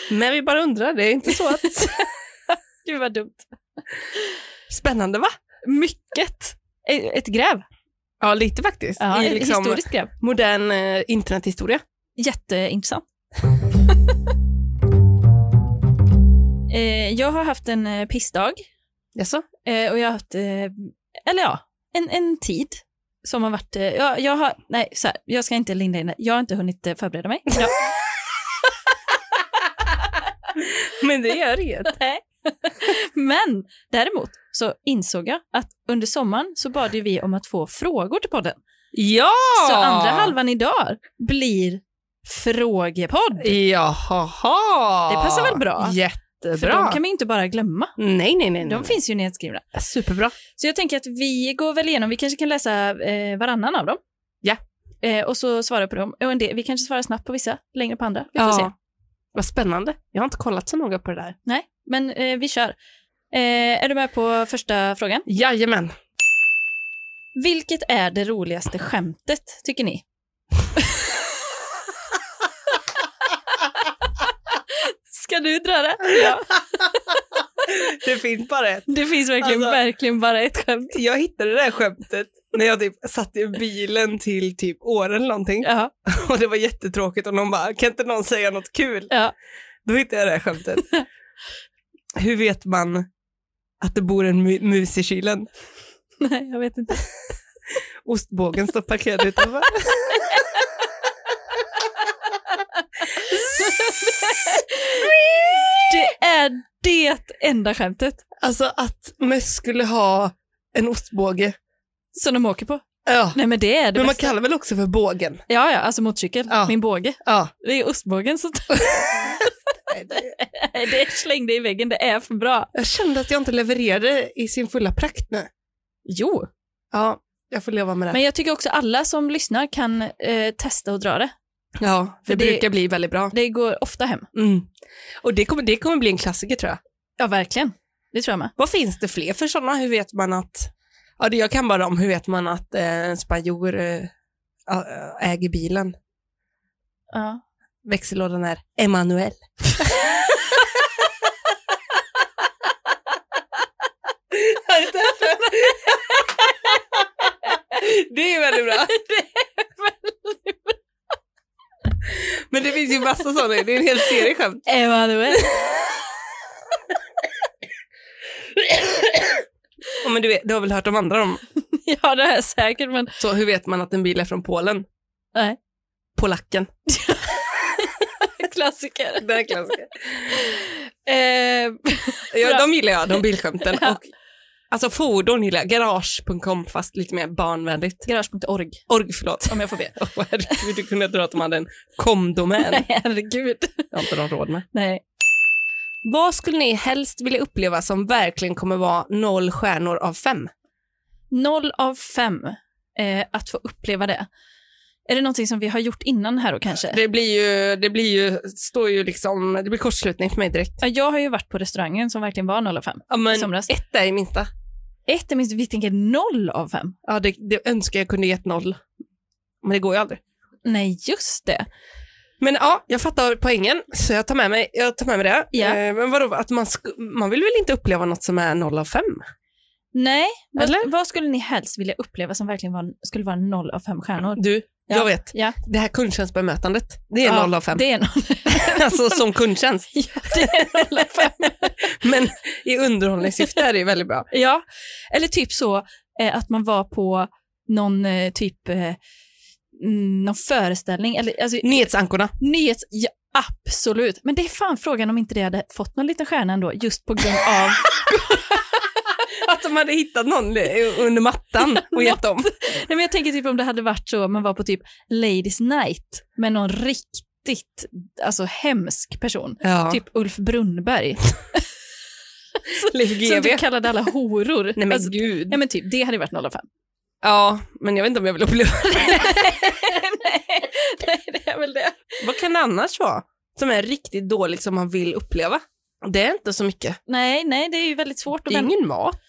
B: Men vi bara undrar, det är inte så att...
A: Gud vad dumt.
B: Spännande va?
A: Mycket. E- Ett gräv.
B: Ja, lite faktiskt.
A: Ja,
B: I
A: ett
B: liksom
A: historiskt gräv.
B: modern eh, internethistoria.
A: Jätteintressant. eh, jag har haft en eh, pissdag
B: Jaså?
A: eh, och jag har haft, eh, eller ja, en, en tid som har varit, eh, jag, jag har, nej, så här, jag ska inte linda in det. Jag har inte hunnit eh, förbereda mig. Ja.
B: Men det gör inget.
A: Nej. Men däremot så insåg jag att under sommaren så bad ju vi om att få frågor till podden.
B: Ja!
A: Så andra halvan idag blir frågepodd.
B: Jaha!
A: Det passar väl bra? För de
B: Jättebra.
A: kan man ju inte bara glömma.
B: Nej, nej, nej. nej.
A: De finns ju nedskrivna.
B: Superbra.
A: Så jag tänker att vi går väl igenom, vi kanske kan läsa eh, varannan av dem.
B: Ja.
A: Eh, och så svara på dem. Och en del, vi kanske svarar snabbt på vissa, längre på andra. Vi får se.
B: Vad spännande. Jag har inte kollat så noga på det där.
A: Nej, men eh, vi kör. Eh, är du med på första frågan?
B: Jajamän.
A: Vilket är det roligaste skämtet, tycker ni? Ska du dra det? Ja.
B: Det finns bara ett.
A: Det finns verkligen,
B: Alltså-
A: verkligen bara ett skämt.
B: Jag hittade det där skämtet när jag typ satt i bilen till typ Åre eller någonting
A: Ja.
B: och det var jättetråkigt och någon bara, kan inte någon säga något kul?
A: Ja.
B: Då hittade jag det här skämtet. Hur vet man att det bor en mu- mus i kylen?
A: Nej, jag vet inte.
B: Ostbågen står parkerad utanför.
A: Det är det enda skämtet
B: Alltså att möss skulle ha en ostbåge.
A: som de åker på.
B: Ja.
A: Nej, men det är det
B: Men man
A: bästa.
B: kallar väl också för bågen?
A: Ja, ja, alltså motorcykel.
B: Ja.
A: Min båge.
B: Ja.
A: Det är ostbågen som... det slängde i väggen, det är för bra.
B: Jag kände att jag inte levererade i sin fulla prakt nu.
A: Jo.
B: Ja, jag får leva med det.
A: Men jag tycker också alla som lyssnar kan eh, testa och dra det.
B: ja, det,
A: för det-
B: brukar bli väldigt bra.
A: Det går ofta hem.
B: Mm. Och det kommer, det kommer bli en klassiker tror jag.
A: Ja, verkligen. Det tror jag med.
B: Vad finns det fler för sådana? Hur vet man att... Ja, det jag kan bara om hur vet man att eh, en spanjor eh, ä- äger bilen.
A: Ja.
B: Växellådan är Emanuel. det är väldigt bra. Men det finns ju massa sådana, det är en hel serie skämt.
A: Emanuel.
B: Ja, men du, vet, du har väl hört om andra om
A: ja, det är säkert, men
B: Så hur vet man att en bil är från Polen?
A: Nej.
B: Polacken.
A: Klassiker.
B: Den klassiken.
A: Eh,
B: Ja, de gillar jag, de bilskämten.
A: Ja.
B: Och, alltså fordon gillar jag. Garage.com fast lite mer barnvänligt.
A: Garage.org,
B: Org, förlåt.
A: om jag får be.
B: Åh, herregud, du kunde tro att de hade en komdomän.
A: Nej, herregud.
B: Det har inte de råd med.
A: Nej.
B: Vad skulle ni helst vilja uppleva som verkligen kommer vara noll stjärnor av fem?
A: Noll av fem eh, att få uppleva det. Är det någonting som vi har gjort innan här då kanske?
B: Det blir ju, det blir ju, står ju liksom, det blir kortslutning för mig direkt.
A: Ja, jag har ju varit på restaurangen som verkligen var noll av fem.
B: Ja, men
A: Somras.
B: etta är minsta.
A: Ett är minst, vi tänker noll av fem.
B: Ja, det, det önskar jag kunde gett noll. Men det går ju aldrig.
A: Nej, just det.
B: Men ja, jag fattar poängen, så jag tar med mig, jag tar med mig det.
A: Ja.
B: Eh, men vadå, att man, sk- man vill väl inte uppleva något som är noll av fem?
A: Nej,
B: Eller?
A: vad, vad skulle ni helst vilja uppleva som verkligen var, skulle vara noll av fem stjärnor?
B: Du,
A: Ja.
B: jag vet.
A: Ja.
B: Det här kundtjänstbemötandet, det är
A: Ja,
B: noll av fem.
A: Det är noll,
B: Alltså som kundtjänst.
A: det är noll av fem.
B: Men i underhållningssyfte är det ju väldigt bra.
A: Ja, eller typ så eh, att man var på någon eh, typ eh, mm, någon föreställning, eller alltså,
B: Nyhetsankorna.
A: nyhets... Ja, absolut. Men det är fan frågan om inte det hade fått någon liten stjärna ändå, just på grund av...
B: Att de hade hittat någon eh, under mattan och gett dem.
A: Nej, men jag tänker typ om det hade varit så, man var på typ Ladies Night med någon riktigt alltså, hemsk person.
B: Ja.
A: Typ Ulf Brunnberg,
B: Leif
A: som
B: GW.
A: du kallade alla horor.
B: typ- Nej men
A: Alltså,
B: gud.
A: Nej men typ, det hade ju varit 0 av 5.
B: Ja, men jag vet inte om jag vill uppleva
A: nej, nej, det är väl det.
B: Vad kan det annars vara som är riktigt dåligt som man vill uppleva? Det är inte så mycket.
A: Nej, nej, det är ju väldigt svårt
B: Det
A: att
B: är
A: vända.
B: ingen mat.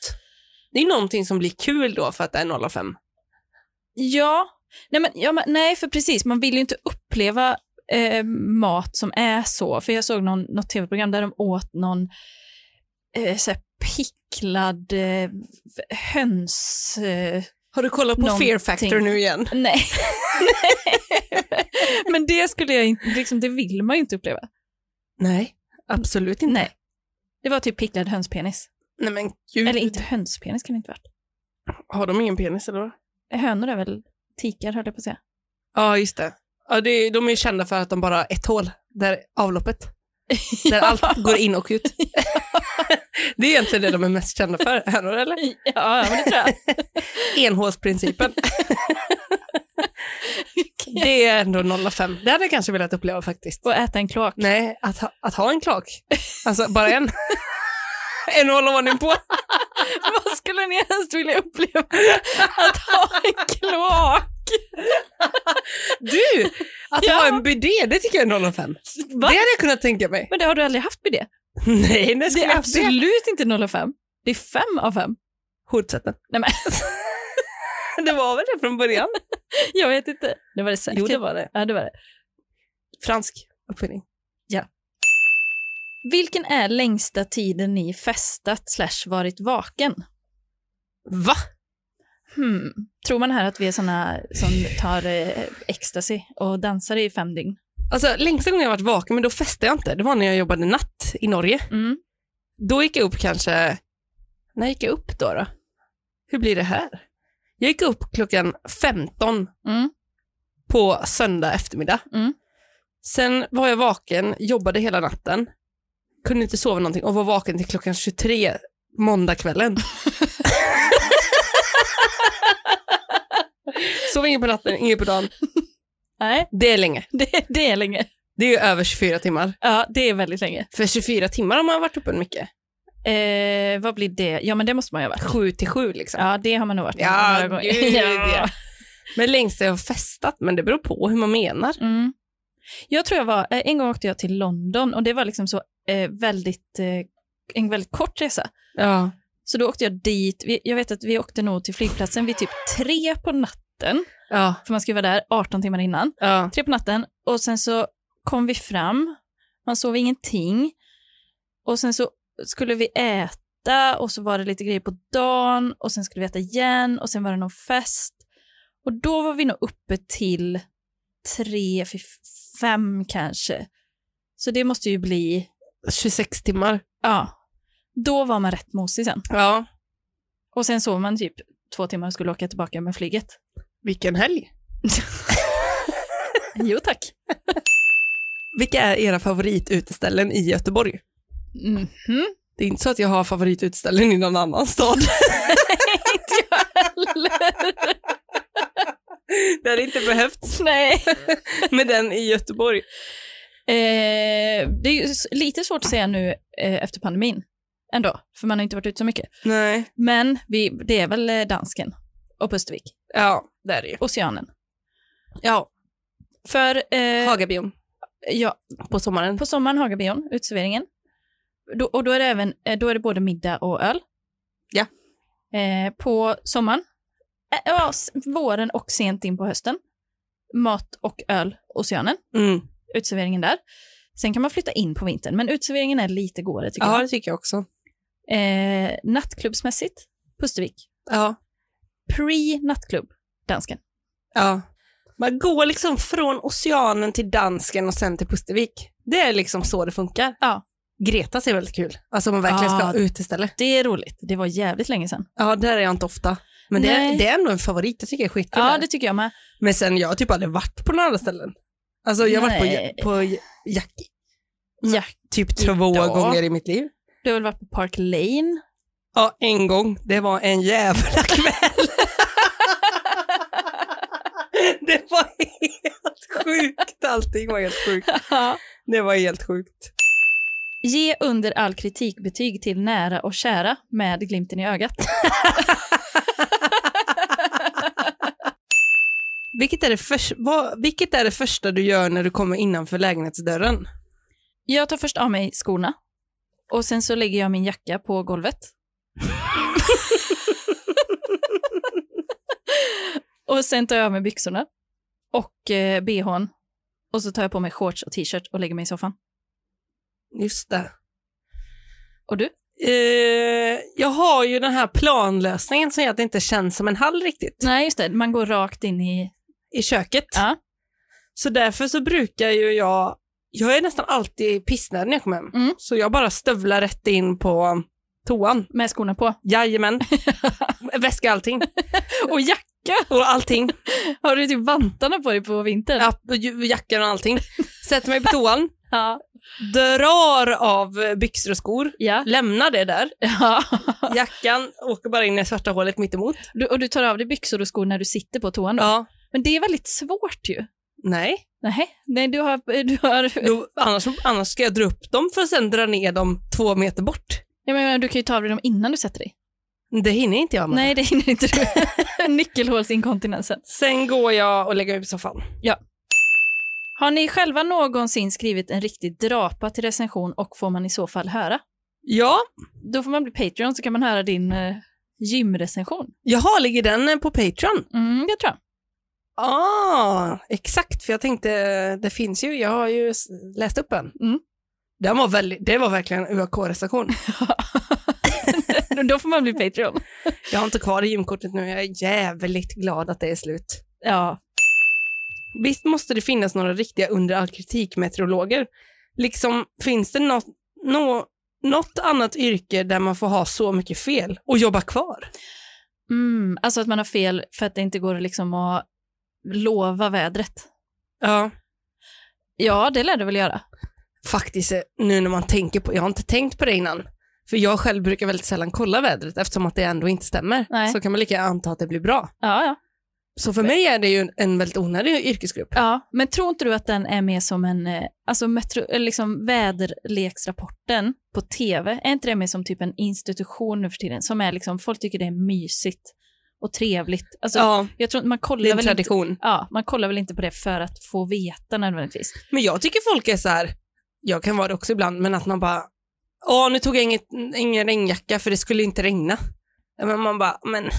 B: Det är någonting som blir kul då för att det är 0 av 5.
A: Ja, nej, men, ja men, nej, för precis, man vill ju inte uppleva eh, mat som är så. För jag såg någon, något tv-program där de åt någon eh, så här picklad eh, höns... Eh,
B: Har du kollat på
A: Någonting.
B: Fear Factor nu igen?
A: nej. men det skulle jag inte, liksom, det vill man ju inte uppleva.
B: Nej, absolut inte.
A: Nej. Det var typ picklad hönspenis.
B: Nej men gud.
A: Eller inte hönspenis kan det inte varit.
B: Har de ingen penis eller? vad?
A: Hönor är väl tikar höll jag på att säga.
B: Ja, just det. Ja, det är, de är ju kända för att de bara har ett hål, där avloppet. Där
A: Ja.
B: allt går in och ut. det är egentligen det de är mest kända för, hönor eller?
A: Ja, men det tror jag.
B: Enhålsprincipen. Det är ändå 0 av 5. Det hade jag kanske velat uppleva faktiskt.
A: Och äta en kloak.
B: Nej, att ha, att ha en klak. Alltså bara en. en att hålla ordning på.
A: Vad skulle ni helst vilja uppleva? Att ha en kloak?
B: Du! Att
A: Ja.
B: ha en bidé, det tycker jag är 0 av 5. Det
A: Va?
B: hade jag kunnat tänka mig.
A: Men det har du aldrig haft med det?
B: Nej, det
A: Det
B: skulle jag
A: är
B: haft det.
A: absolut inte 0 av 5. Det är 5 av 5.
B: Hortsätten.
A: Nej, men.
B: det var väl det från början?
A: Jag vet inte. Det var det säkert.
B: Jo, det var det.
A: Ja, det var det.
B: Typ Fransk uppfinning.
A: Vilken är längsta tiden ni festat slash varit vaken?
B: Va?
A: Hmm. Tror man här att vi är såna som tar eh, ecstasy och dansar i fem dygn?
B: Alltså längsta gången jag varit vaken, men då festade jag inte. Det var när jag jobbade natt i Norge.
A: Mm.
B: Då gick jag upp kanske... När gick jag upp då? då? Hur blir det här? Jag gick upp klockan 15
A: Mm.
B: på söndag eftermiddag.
A: Mm.
B: Sen var jag vaken, jobbade hela natten, kunde inte sova någonting och var vaken till klockan 23 måndagskvällen. Sov inget på natten, inget på dagen.
A: Nej,
B: Det är länge.
A: det, det är länge.
B: Det är ju över 24 timmar.
A: Ja, det är väldigt länge.
B: För 24 timmar har man varit uppe mycket.
A: Eh, vad blir det? Ja, men det måste man ju ha varit.
B: 7 till 7 liksom.
A: Ja, det har man nog varit.
B: Ja,
A: några gånger.
B: gud, ja. Men längst har jag festat, men det beror på hur man menar.
A: Mm. Jag tror jag var, eh, en gång åkte jag till London och det var liksom så eh, väldigt, eh, en väldigt kort resa.
B: Ja.
A: Så då åkte jag dit, vi, jag vet att vi åkte nog till flygplatsen vid typ tre på natten,
B: Ja.
A: för man ska ju vara där 18 timmar innan.
B: ja.
A: Tre på natten och sen så kom vi fram, man sov ingenting och sen så skulle vi äta och så var det lite grejer på dagen och sen skulle vi äta igen och sen var det någon fest och då var vi nog uppe till tre, f- fem kanske. Så det måste ju bli,
B: 26 timmar.
A: ja, då var man rätt mosig sen.
B: Ja.
A: Och sen sov man typ två timmar och skulle åka tillbaka med flyget.
B: Vilken helg.
A: Jo tack.
B: Vilka är era favorituteställen i Göteborg?
A: Mhm.
B: Det är inte så att jag har favorituteställen i någon annan stad.
A: Inte jag heller.
B: Det hade inte behövts
A: Nej.
B: med den i Göteborg.
A: Eh, det är ju s- lite svårt att säga nu eh, efter pandemin ändå, för man har inte varit ute så mycket.
B: Nej.
A: Men vi, det är väl eh, dansken och Pustervik,
B: Ja, det är det ju.
A: oceanen.
B: Ja,
A: För eh,
B: Hagabion
A: ja,
B: på sommaren.
A: på sommaren Hagabion, uteserveringen. Då, och då är, det även, eh, då är det både middag och öl.
B: Ja.
A: Eh, på sommaren, eh, ja, s- våren och sent in på hösten, mat och öl, oceanen,
B: Mm.
A: uteserveringen där. Sen kan man flytta in på vintern, men uteserveringen är lite gåre tycker
B: Ja,
A: jag.
B: det tycker jag också.
A: Eh, nattklubbsmässigt, Pustervik.
B: Ja.
A: Pre-nattklubb, dansken.
B: ja. Man går liksom från oceanen till dansken och sen till Pustervik. Det är liksom så det funkar.
A: Ja.
B: Gretas är väldigt kul. Alltså om man verkligen ska
A: Ja.
B: ha uteställe.
A: Det är roligt. Det var jävligt länge sedan.
B: Ja, där är jag inte ofta. Men det är,
A: Nej.
B: det är ändå en favorit. Jag tycker det är skitkul.
A: Ja,
B: där.
A: det tycker jag med.
B: Men sen jag har typ aldrig varit på några andra ställen. Alltså jag har varit på,
A: Nej.
B: Ja- på Ja- Jackie
A: Ja,
B: typ två
A: Ja.
B: gånger i mitt liv.
A: du har väl varit på Park Lane?
B: Ja, en gång. Det var en jävla kväll. det var helt sjukt. Allting var helt sjukt. Det var helt sjukt.
A: Ge under all kritik betyg till nära och kära med glimten i ögat.
B: Vilket är, det förs- vad, vilket är det första du gör när du kommer innanför lägenhetsdörren?
A: Jag tar först av mig skorna och sen så lägger jag min jacka på golvet. och sen tar jag av mig byxorna och eh, bhn och så tar jag på mig shorts och t-shirt och lägger mig i soffan.
B: Just det.
A: Och du?
B: Eh, jag har ju den här planlösningen som gör att det inte känns som en hall riktigt
A: Nej, just det, man går rakt in i...
B: i köket.
A: Ja.
B: Så därför så brukar ju jag, jag är nästan alltid pissnödig när jag kommer hem.
A: Mm.
B: Så jag bara stövlar rätt in på toan.
A: Med skorna på.
B: Jajamän. Väska allting.
A: Och jacka!
B: Och allting.
A: Har du typ vantarna på dig på vintern?
B: Ja, och ju- jackan och allting. Sätter mig på toan,
A: Ja.
B: drar av eh, byxor och skor,
A: ja.
B: lämnar det där.
A: ja.
B: Jackan åker bara in i det svarta hålet mittemot.
A: Du, och du tar av dig byxor och skor när du sitter på toan då?
B: Ja.
A: Men det är väldigt svårt ju.
B: Nej.
A: Nej, nej du har... Du har
B: Då, annars, annars ska jag dra upp dem för att sen dra ner dem två meter bort.
A: jag menar, du kan ju ta av dig dem innan du sätter dig.
B: Det hinner inte jag med.
A: Nej, det hinner inte du. Nyckelhålsinkontinensen.
B: Sen går jag och lägger mig på soffan.
A: Har ni själva någonsin skrivit en riktig drapa till recension och får man i så fall höra?
B: Ja,
A: Då får man bli Patreon så kan man höra din eh, gymrecension.
B: Jaha, ligger den eh, på Patreon?
A: Mm, det tror jag.
B: Ah, exakt, för jag tänkte, eh, det finns ju, jag har ju s- läst upp den.
A: Mm.
B: Den var väldigt, det var verkligen en UAK-recension.
A: Då- Då får man bli Patreon.
B: Jag har inte kvar det gymkortet nu, jag är jävligt glad att det är slut.
A: Ja.
B: Visst måste det finnas några riktiga under all kritik-meteorologer? Liksom, finns det något, nå- något annat yrke där man får ha så mycket fel och jobba kvar?
A: Mm, alltså att man har fel för att det inte går liksom att lova vädret.
B: Ja.
A: Ja, det lär du väl göra.
B: faktiskt eh, nu när man tänker på, jag har inte tänkt på det innan, för jag själv brukar väldigt sällan kolla vädret eftersom att det ändå inte stämmer.
A: Nej.
B: Så kan man lika gärna anta att det blir bra.
A: Ja, ja.
B: Så för mig är det ju en, en väldigt onödig yrkesgrupp.
A: Ja, men tror inte du att den är mer som en, eh, alltså metro, eller liksom väderleksrapporten på tv, är inte det mer som typ en institution nu för tiden, som är liksom, folk tycker det är mysigt och trevligt. Alltså,
B: ja,
A: jag tror inte, man kollar
B: det är en
A: väl inte,
B: tradition.
A: ja, man kollar väl inte på det för att få veta nödvändigtvis.
B: Men jag tycker folk är så här, jag kan vara det också ibland, men att man bara, ja nu tog jag inget, ingen regnjacka för det skulle inte regna. Ja, Men man bara, men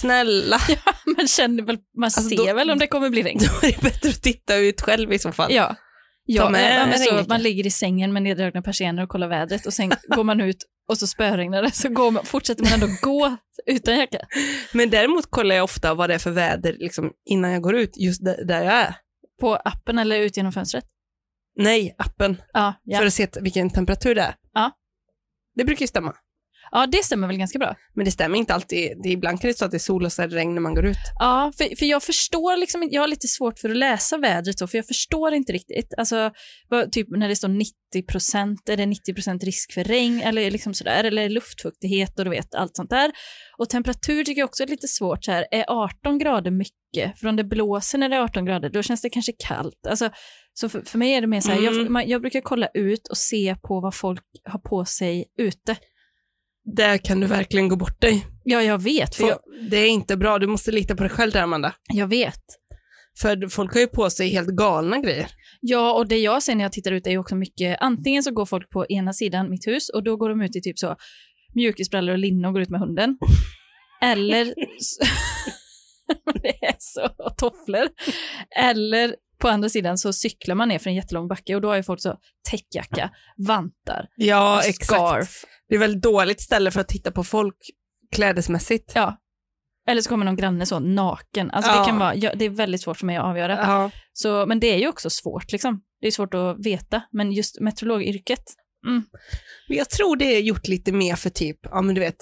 B: snälla,
A: Man känner väl, man
B: Alltså,
A: ser
B: då-
A: väl om det kommer bli regn.
B: då är det bättre att titta ut själv i så fall.
A: Ja. Ja,
B: med
A: ja, men så
B: regnjackan.
A: man ligger i sängen med neddragna persienner och kollar vädret och sen går man ut och så spöregnar det, så går man, fortsätter man ändå gå utan jacka.
B: Men däremot kollar jag ofta vad det är för väder liksom, innan jag går ut, just där, där jag är.
A: På appen eller ut genom fönstret?
B: Nej, appen.
A: Ja, ja.
B: för att se t- vilken temperatur det är.
A: Ja.
B: Det brukar ju stämma.
A: Ja, det stämmer väl ganska bra.
B: Men det stämmer inte alltid. Det, ibland kan det stå att det är sol och så är det regn när man går ut.
A: Ja, för, för jag förstår liksom inte- jag har lite svårt för att läsa vädret då, för jag förstår inte riktigt. Alltså, vad, typ när det står 90 procent, är det 90 procent risk för regn eller liksom sådär, eller luftfuktighet och du vet allt sånt där. Och temperatur tycker jag också är lite svårt så här, är 18 grader mycket? För om det blåser när det är 18 grader, då känns det kanske kallt. Alltså, så för, för mig är det mer så här, jag,
B: Mm.
A: man, jag brukar kolla ut och se på vad folk har på sig ute.
B: Där kan du verkligen gå bort dig.
A: Ja, jag vet, för
B: För
A: jag,
B: Det är inte bra. Du måste lita på dig själv där, Amanda.
A: jag vet.
B: För folk har ju på sig helt galna grejer.
A: Ja, och det jag ser när jag tittar ut är ju också mycket, antingen så går folk på ena sidan mitt hus och då går de ut i typ så mjukisbrallor och linne och går ut med hunden. Eller, så- det är så, och tofflor. Eller på andra sidan så cyklar man ner för en jättelång backe och då har ju folk så täckjacka, vantar,
B: Ja,
A: scarf.
B: Det är väl dåligt ställe för att titta på folk klädesmässigt.
A: Ja. Eller så kommer någon granne så naken. Alltså
B: Ja.
A: det kan vara, ja, det är väldigt svårt för mig att avgöra.
B: Ja.
A: Så, men det är ju också svårt liksom. Det är svårt att veta, men just meteorologyrket,
B: Men Jag tror det är gjort lite mer för typ, ja men du vet,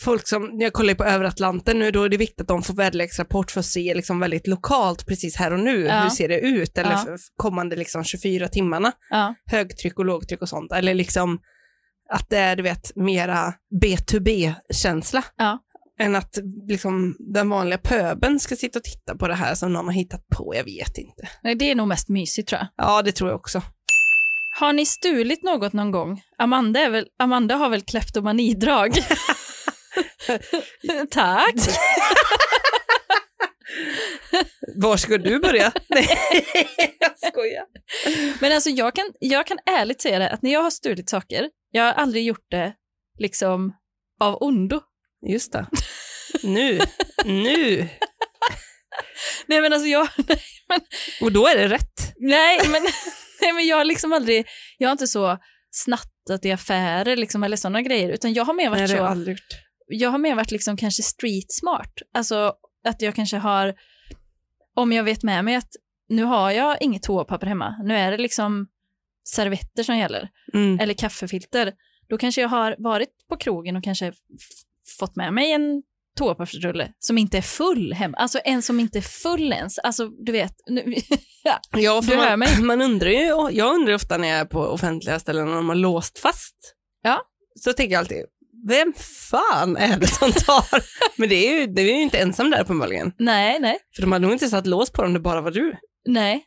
B: folk som, jag kollar ju på över Atlanten nu, då är det viktigt att de får väderleksrapport för att se liksom väldigt lokalt, precis här och nu,
A: Ja.
B: hur ser det ut, eller
A: Ja.
B: för kommande liksom 24 timmarna,
A: ja.
B: högtryck och lågtryck och sånt, eller liksom att det är, du vet, mera B2B-känsla.
A: Ja.
B: Än att liksom, den vanliga pöben ska sitta och titta på det här som någon har hittat på, jag vet inte.
A: Nej, det är nog mest mysigt tror jag.
B: Ja, det tror jag också.
A: Har ni stulit något någon gång? Amanda, är väl, Amanda har väl kleptomanidrag? Tack.
B: Var ska du börja? Nej, jag skojar.
A: Men alltså jag kan, jag kan ärligt säga det, att när jag har stulit saker, jag har aldrig gjort det liksom av ondo.
B: Just det. Nu. nu.
A: Nej men alltså jag,
B: Och då är det rätt.
A: nej men, nej, men jag har liksom aldrig, jag har inte så snattat i affärer liksom, eller sådana grejer, utan jag har mer varit så...
B: aldrig gjort.
A: jag har mer varit liksom kanske street smart. Alltså att jag kanske har, om jag vet med mig att nu har jag inget toapapper hemma, nu är det liksom servetter som gäller,
B: Mm.
A: eller kaffefilter. Då kanske jag har varit på krogen och kanske f- fått med mig en toapappersrulle som inte är full hemma, alltså en som inte är full ens. Alltså du vet, nu,
B: Ja, för
A: Du
B: man,
A: hör mig.
B: man undrar ju, jag undrar ofta när jag är på offentliga ställen om de har låst fast.
A: Ja.
B: Så tänker jag alltid, vem fan är det som tar? Men det är ju, det är ju inte ensam där uppenbarligen.
A: nej, nej,
B: För de hade nog inte satt lås på dem om det bara var du.
A: nej.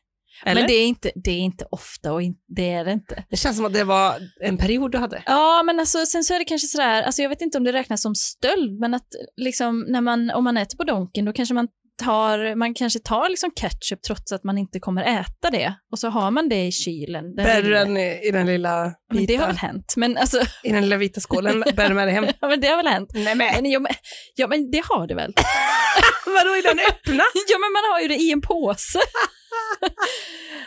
A: Men
B: Eller?
A: det
B: det...
A: är, inte, det är inte ofta och in, det är det inte.
B: känns som att det var en period du hade.
A: Ja, men alltså, sen så är det kanske sådär, alltså, jag vet inte om det räknas som stöld, men att liksom, när man, om man äter på Donken då kanske man tar, man kanske tar liksom ketchup trots att man inte kommer äta det och så har man det i kylen. Den
B: Bär du
A: lilla-
B: den i, i den lilla
A: men det
B: vita,
A: har väl hänt, men, alltså,
B: i den lilla vita skålen, bär du med dig hem?
A: ja, men det har väl hänt.
B: Nej men,
A: Men, ja, men, ja, men det har det väl.
B: vadå i den öppna?
A: ja, men man har ju det i en påse.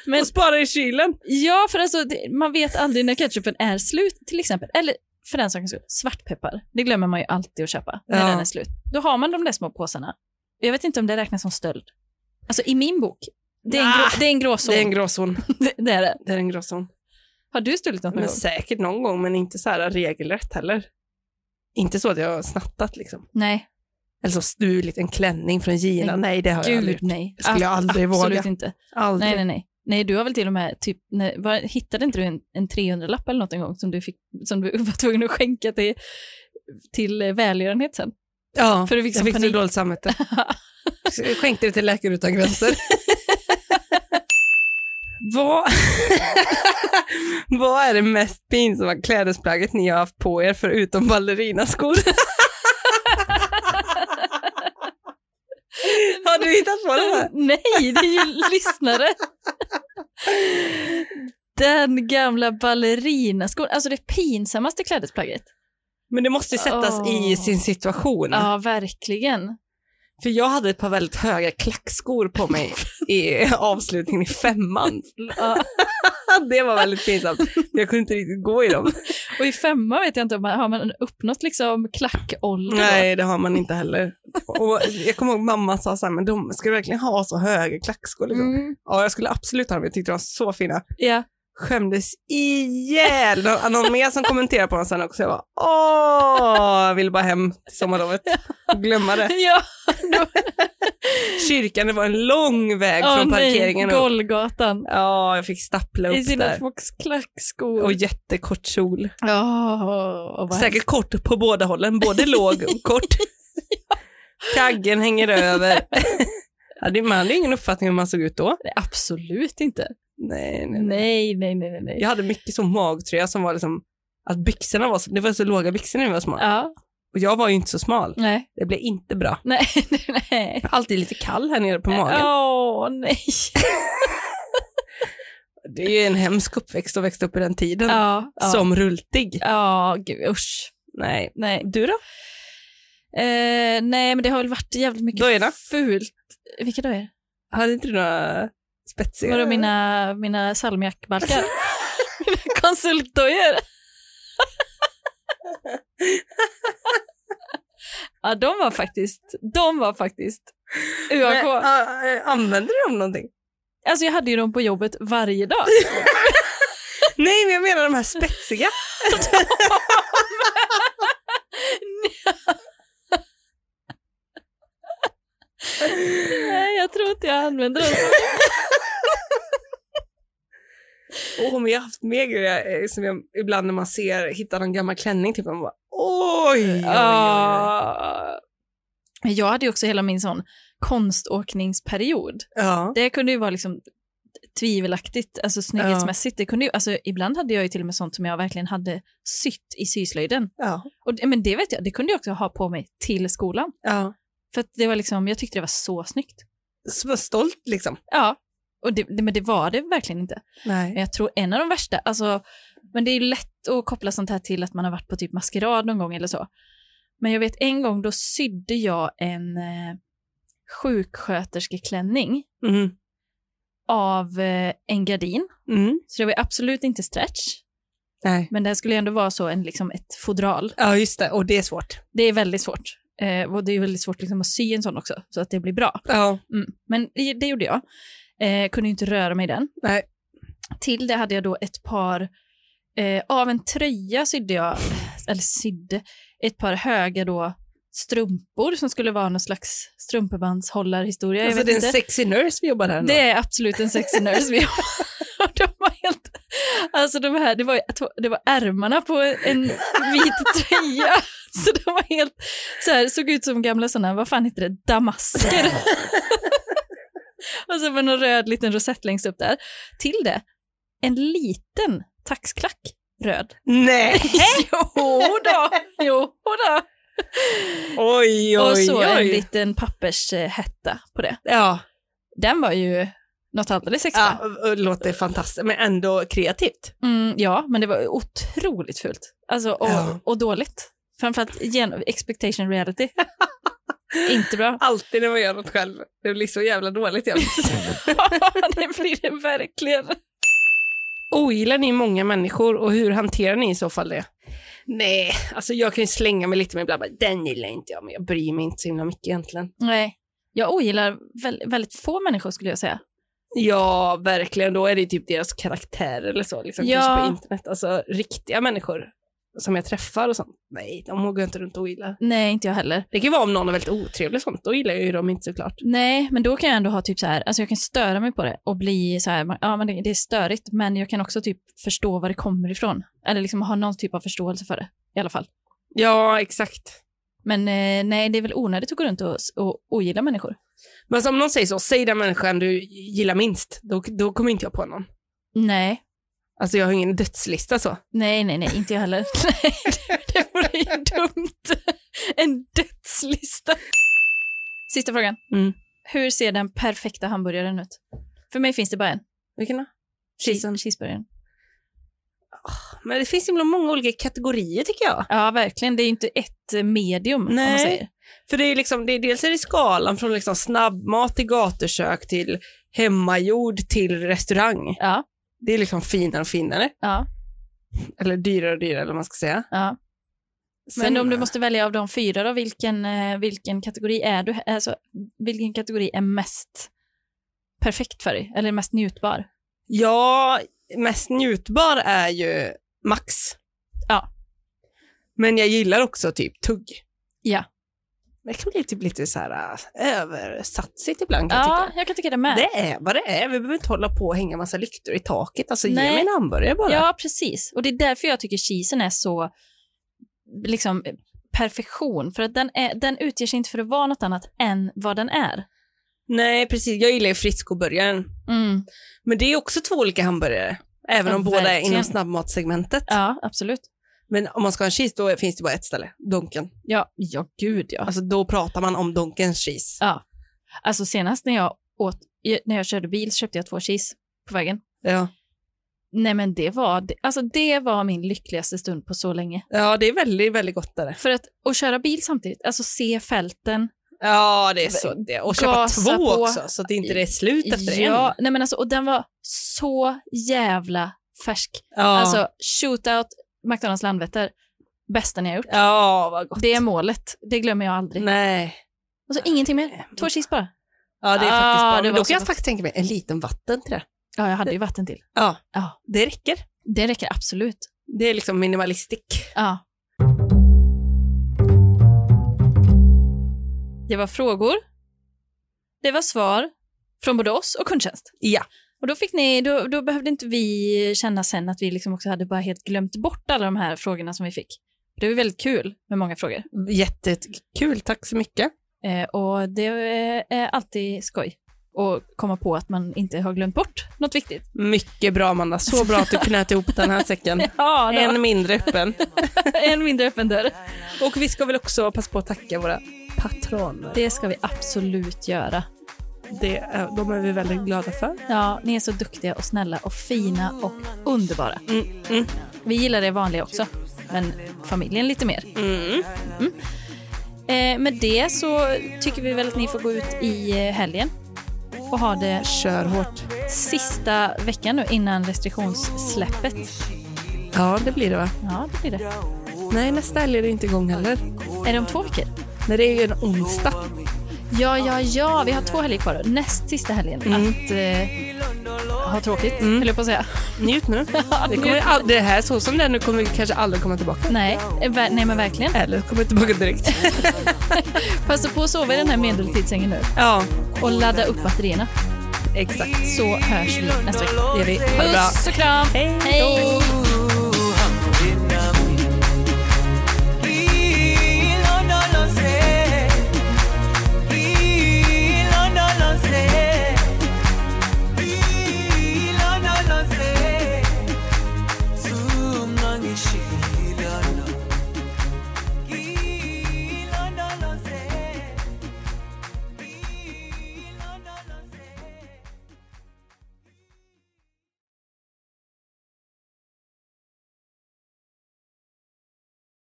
A: Men-
B: Och sparar i kylen?
A: Ja, för alltså, det, man vet aldrig när ketchupen är slut till exempel. Eller för den sakens skull, svartpeppar. Det glömmer man ju alltid att köpa när
B: Ja.
A: den är slut. Då har man de där små påsarna. Jag vet inte om det räknas som stöld. Alltså i min bok. Det är en, grå,
B: Ah,
A: det är en gråzon.
B: Det är en gråzon.
A: Det- det är det.
B: Det är en gråzon.
A: Har du stulit något någon
B: Men
A: gång?
B: säkert någon gång, men inte så här regelrätt heller. Inte så att jag har snattat liksom.
A: Nej,
B: Eller så stulit en klänning från Gina. Nej, det har jag aldrig
A: gud
B: gjort.
A: nej.
B: Det skulle jag
A: Ab-
B: aldrig våga.
A: Absolut inte.
B: Aldrig.
A: Nej, nej, nej. Nej, du har väl till och med, typ, nej, var, hittade inte du en, en 300-lapp eller något en gång som du, fick, som du var tvungen att skänka till, till eh, välgörenhet sen?
B: Ja,
A: För du fick
B: jag
A: sån
B: fick så
A: panik.
B: dåligt samvete. Så jag Skänkte det till Läkare Utan Gränser. Vad, vad är det mest pinsamma klädesplagget ni har haft på er förutom ballerinaskor? har du hittat på det här?
A: Nej, det är ju lyssnare. Den gamla ballerinaskon, alltså det pinsammaste klädesplagget.
B: Men det måste ju sättas i
A: Åh.
B: sin situation.
A: Ja, verkligen.
B: För jag hade ett par väldigt höga klackskor på mig i avslutningen i femman.
A: Ja.
B: Det var väldigt pinsamt. Jag kunde inte riktigt gå i dem.
A: Och i femma vet jag inte, om man, har man uppnått liksom klackålder? då?
B: Nej, det har man inte heller. Och jag kommer ihåg mamma sa så här, men de ska du verkligen ha så höga klackskor. Liksom.
A: Mm,
B: Ja, jag skulle absolut ha dem. Jag tyckte de var så fina.
A: ja.
B: skämdes ihjäl. Någon, någon mer som kommenterade på den sen också. Jag bara, åh, jag ville bara hem till sommarlovet. Glömma det.
A: Ja,
B: Kyrkan, det var en lång väg
A: åh
B: från
A: nej,
B: parkeringen upp.
A: Golgatan.
B: Ja, jag fick stappla
A: I
B: upp
A: sina
B: där.
A: foxklackskor.
B: Och jättekort kjol.
A: Ja, och vad
B: Säkert kort på båda hållen, både låg och kort. Kaggen hänger över. Ja, det- Man hade ju ingen uppfattning om hur man såg ut då.
A: Nej, absolut inte.
B: Nej, nej,
A: Nej,
B: nej.
A: nej, nej, nej. nej.
B: Jag hade mycket så magtröja som var liksom, att byxorna var så, det var så låga byxor när jag var smal.
A: Ja,
B: Och jag var ju inte så smal.
A: nej,
B: Det blev inte bra.
A: nej, nej, nej.
B: Alltid lite kall här nere på magen.
A: Åh, nej.
B: Det är ju en hemsk uppväxt att växa upp i den tiden.
A: Ja, ja.
B: Som rultig.
A: Ja, gud, usch.
B: Nej.
A: Nej.
B: Du då?
A: Eh, nej, men det har väl varit jävligt mycket
B: Dojorna?
A: fult. Vilka dojor?
B: Hade inte du några spetsiga?
A: Vadå mina, mina salmiakbalkar? mina konsultdojor? ja, de var faktiskt, de var faktiskt
B: Men,
A: UAK.
B: ah, eh, Använde du dem någonting?
A: Alltså jag hade ju dem på jobbet varje dag.
B: Nej, men jag menar de här spetsiga.
A: Nej, jag tror inte jag använde dem.
B: Åh, men jag har haft mer grejer eh, som jag ibland när man ser, hittar någon gammal klänning, typ man bara oj, oj, oj, oj.
A: Ah. Men Jag hade ju också hela min sån konståkningsperiod.
B: Ja.
A: Det kunde ju vara liksom tvivelaktigt, alltså snygghetsmässigt. Det kunde ju, alltså, ibland hade jag ju till och med sånt som jag verkligen hade sytt i syslöjden.
B: Ja.
A: Och, det- men det vet jag, det kunde jag också ha på mig till skolan.
B: ja.
A: För att det var liksom, jag tyckte det var så snyggt.
B: Så var stolt liksom.
A: Ja, och det, det, men det var det verkligen inte. Men
B: Nej.
A: jag tror en av de värsta, alltså, men det är ju lätt att koppla sånt här till att man har varit på typ maskerad någon gång eller så. Men jag vet en gång då sydde jag en eh, sjuksköterskeklänning
B: Mm.
A: av eh, en gardin.
B: Mm.
A: Så det var ju absolut inte stretch,
B: Nej.
A: men det skulle ju ändå vara så en, liksom ett fodral.
B: Ja, just det. Och det är svårt.
A: Det är väldigt svårt. Eh, och det är väldigt svårt liksom, att sy en sån också, så att det blir bra.
B: Ja.
A: Mm. Men det, det gjorde jag. Eh, kunde ju inte röra mig i den.
B: Nej.
A: Till det hade jag då ett par, eh, av en tröja sydde jag, eller sydde, ett par höga då strumpor som skulle vara någon slags strumpebandshållarhistoria.
B: Alltså,
A: jag
B: det är
A: vet
B: en
A: inte.
B: sexy nurse vi jobbar här
A: Det
B: ändå.
A: är absolut en sexy nurse. Vi har. De var helt, alltså de här, det var, ju- det var ärmarna på en vit tröja. Så de var helt, så här, såg ut som gamla sådana, vad fan heter det, damasker. Och så var någon röd liten rosett längst upp där. Till det, en liten taxklack röd.
B: Nej.
A: jo då, jo då.
B: Oj,
A: Och
B: oj,
A: så en
B: oj.
A: liten pappershätta på det.
B: Ja.
A: Den var ju något alldeles extra.
B: ja, och- och låter fantastiskt, men ändå kreativt.
A: Mm, ja, men det var otroligt fult. Alltså, och,
B: Ja.
A: och dåligt. Framförallt igen, expectation reality. Inte bra.
B: Alltid när man gör något själv. Det blir så jävla dåligt. Jag
A: det blir det verkligen.
B: Ogillar ni många människor och hur hanterar ni i så fall det? Nej, alltså jag kan ju slänga mig lite med ibland. bara, Den gillar inte jag, men jag bryr mig inte så himla mycket egentligen.
A: Nej, jag ogillar väl, väldigt få människor skulle jag säga.
B: Ja, verkligen. Då är det typ deras karaktär eller så, liksom,
A: Ja.
B: kanske på internet. Alltså riktiga människor som jag träffar och sånt. Nej, de går jag inte runt och ogillar.
A: Nej, inte jag heller.
B: Det kan ju vara om någon är väldigt otrevlig och sånt. Då gillar jag ju dem inte såklart.
A: Nej, men då kan jag ändå ha typ så här, alltså jag kan störa mig på det och bli så här, ja men det, det är störigt, men jag kan också typ förstå var det kommer ifrån. Eller liksom ha någon typ av förståelse för det i alla fall.
B: Ja, exakt.
A: Men eh, nej, det är väl onödigt att gå runt och, och ogilla människor.
B: Men som någon säger så, säg den människan du gillar minst. Då, då kommer inte jag på någon.
A: Nej,
B: Alltså jag har ingen dödslista så.
A: Nej, nej, nej, inte jag heller. Nej, det- det vore ju dumt. En dödslista. Sista frågan.
B: Mm.
A: Hur ser den perfekta hamburgaren ut? För mig finns det bara en.
B: Vilken då?
A: Cheesen. Cheeseburgaren.
B: Men det finns himla många olika kategorier tycker jag.
A: Ja, verkligen. Det är ju inte ett eh, medium, om man
B: Nej.
A: säger.
B: För det är liksom, det är, dels är det skalan från liksom snabbmat till gatukök till hemmagjord till restaurang.
A: Ja,
B: Det är liksom finare och finare.
A: ja,
B: Eller dyrare och dyrare eller vad man ska säga.
A: ja. Men om du måste välja av de fyra då, vilken, eh, vilken kategori är du? Alltså, vilken kategori är mest perfekt för dig? Eller mest njutbar?
B: Ja, mest njutbar är ju Max.
A: Ja.
B: Men jag gillar också typ tugg.
A: Ja.
B: Det kan bli typ lite så här äh, översatsigt ibland kan jag
A: Ja,
B: tycka.
A: jag kan tycka det med.
B: Det är vad det är. Vi behöver inte hålla på och hänga massa lyktor i taket. Alltså ge
A: Nej.
B: mig en hamburgare bara.
A: Ja, precis. Och det är därför jag tycker cheesen är så liksom perfektion. För att den, är, den utger sig inte för att vara något annat än vad den är.
B: Nej, precis. Jag gillar ju friskoburgaren.
A: Mm.
B: Men det är också två olika hamburgare. Även
A: Ja,
B: om båda är
A: verkligen.
B: inom snabbmatsegmentet.
A: Ja, absolut.
B: Men om man ska ha en cheese, då finns det bara ett ställe. Donken.
A: Ja, ja gud ja.
B: Alltså då pratar man om Donkens cheese.
A: Alltså senast när jag åt, när jag körde bil så köpte jag två cheese på vägen.
B: Ja.
A: Nej men det var, alltså det var min lyckligaste stund på så länge.
B: ja, det är väldigt, väldigt gott där.
A: För att, att köra bil samtidigt, alltså se fälten.
B: Ja, det är så. Det. Och köpa
A: Gasa
B: två
A: på.
B: också, så att det inte det är slut efter
A: Ja,
B: en.
A: nej men alltså, och den var så jävla färsk.
B: Ja.
A: Alltså shootout, McDonalds Landvetter, bästa ni har gjort.
B: ja, vad gott.
A: Det är målet, det glömmer jag aldrig.
B: Nej.
A: Alltså ingenting mer, två cheese bara.
B: Ja, det är
A: Ah,
B: faktiskt bra.
A: det
B: Men
A: var
B: då
A: så
B: kan jag
A: gott.
B: faktiskt tänka mig en liten vatten till det.
A: Ja, jag hade ju vatten till.
B: Ja,
A: Ja,
B: det räcker.
A: det räcker absolut.
B: Det är liksom minimalistik.
A: Ja. Det var frågor. Det var svar från både oss och kundtjänst.
B: Ja.
A: Och då, fick ni, då, då behövde inte vi känna sen att vi liksom också hade bara helt glömt bort alla de här frågorna som vi fick. Det var väldigt kul med många frågor.
B: Jättekul, tack så mycket.
A: Eh, och det eh, är alltid skoj att komma på att man inte har glömt bort något viktigt.
B: Mycket bra Amanda, så bra att du knöt ihop den här säcken.
A: Ja, en,
B: En mindre öppen.
A: en mindre öppen dörr.
B: Och vi ska väl också passa på att tacka våra patroner.
A: Det ska vi absolut göra.
B: Det, är- de är vi väldigt glada för.
A: Ja, ni är så duktiga och snälla och fina och underbara.
B: Mm, mm,
A: Vi gillar det vanliga också, men familjen lite mer.
B: mm.
A: Eh, med det så tycker vi väl att ni får gå ut i eh, helgen och ha det
B: Kör hårt.
A: sista veckan nu innan restriktionssläppet.
B: Ja, det blir det va?
A: Ja, det blir det.
B: Nej, nästa helg är det inte igång heller.
A: Är det om två veckor?
B: Nej, det är ju en onsdag.
A: Ja, ja, ja, vi har två helger kvar. Näst sista helgen
B: Mm.
A: att eh, ha tråkigt, höll jag på att säga.
B: Njut nu. Mm. Det, kommer all, det här så som det är nu kommer vi kanske aldrig komma tillbaka.
A: Nej, eh, ver- nej men verkligen.
B: Eller kommer tillbaka direkt.
A: Passa på att sova i den här medeltidssängen nu
B: Ja,
A: och ladda upp batterierna.
B: exakt.
A: Så hörs vi nästa vecka.
B: Det är vi. Ha det bra.
A: Puss och kram! Hej!
B: Hej då.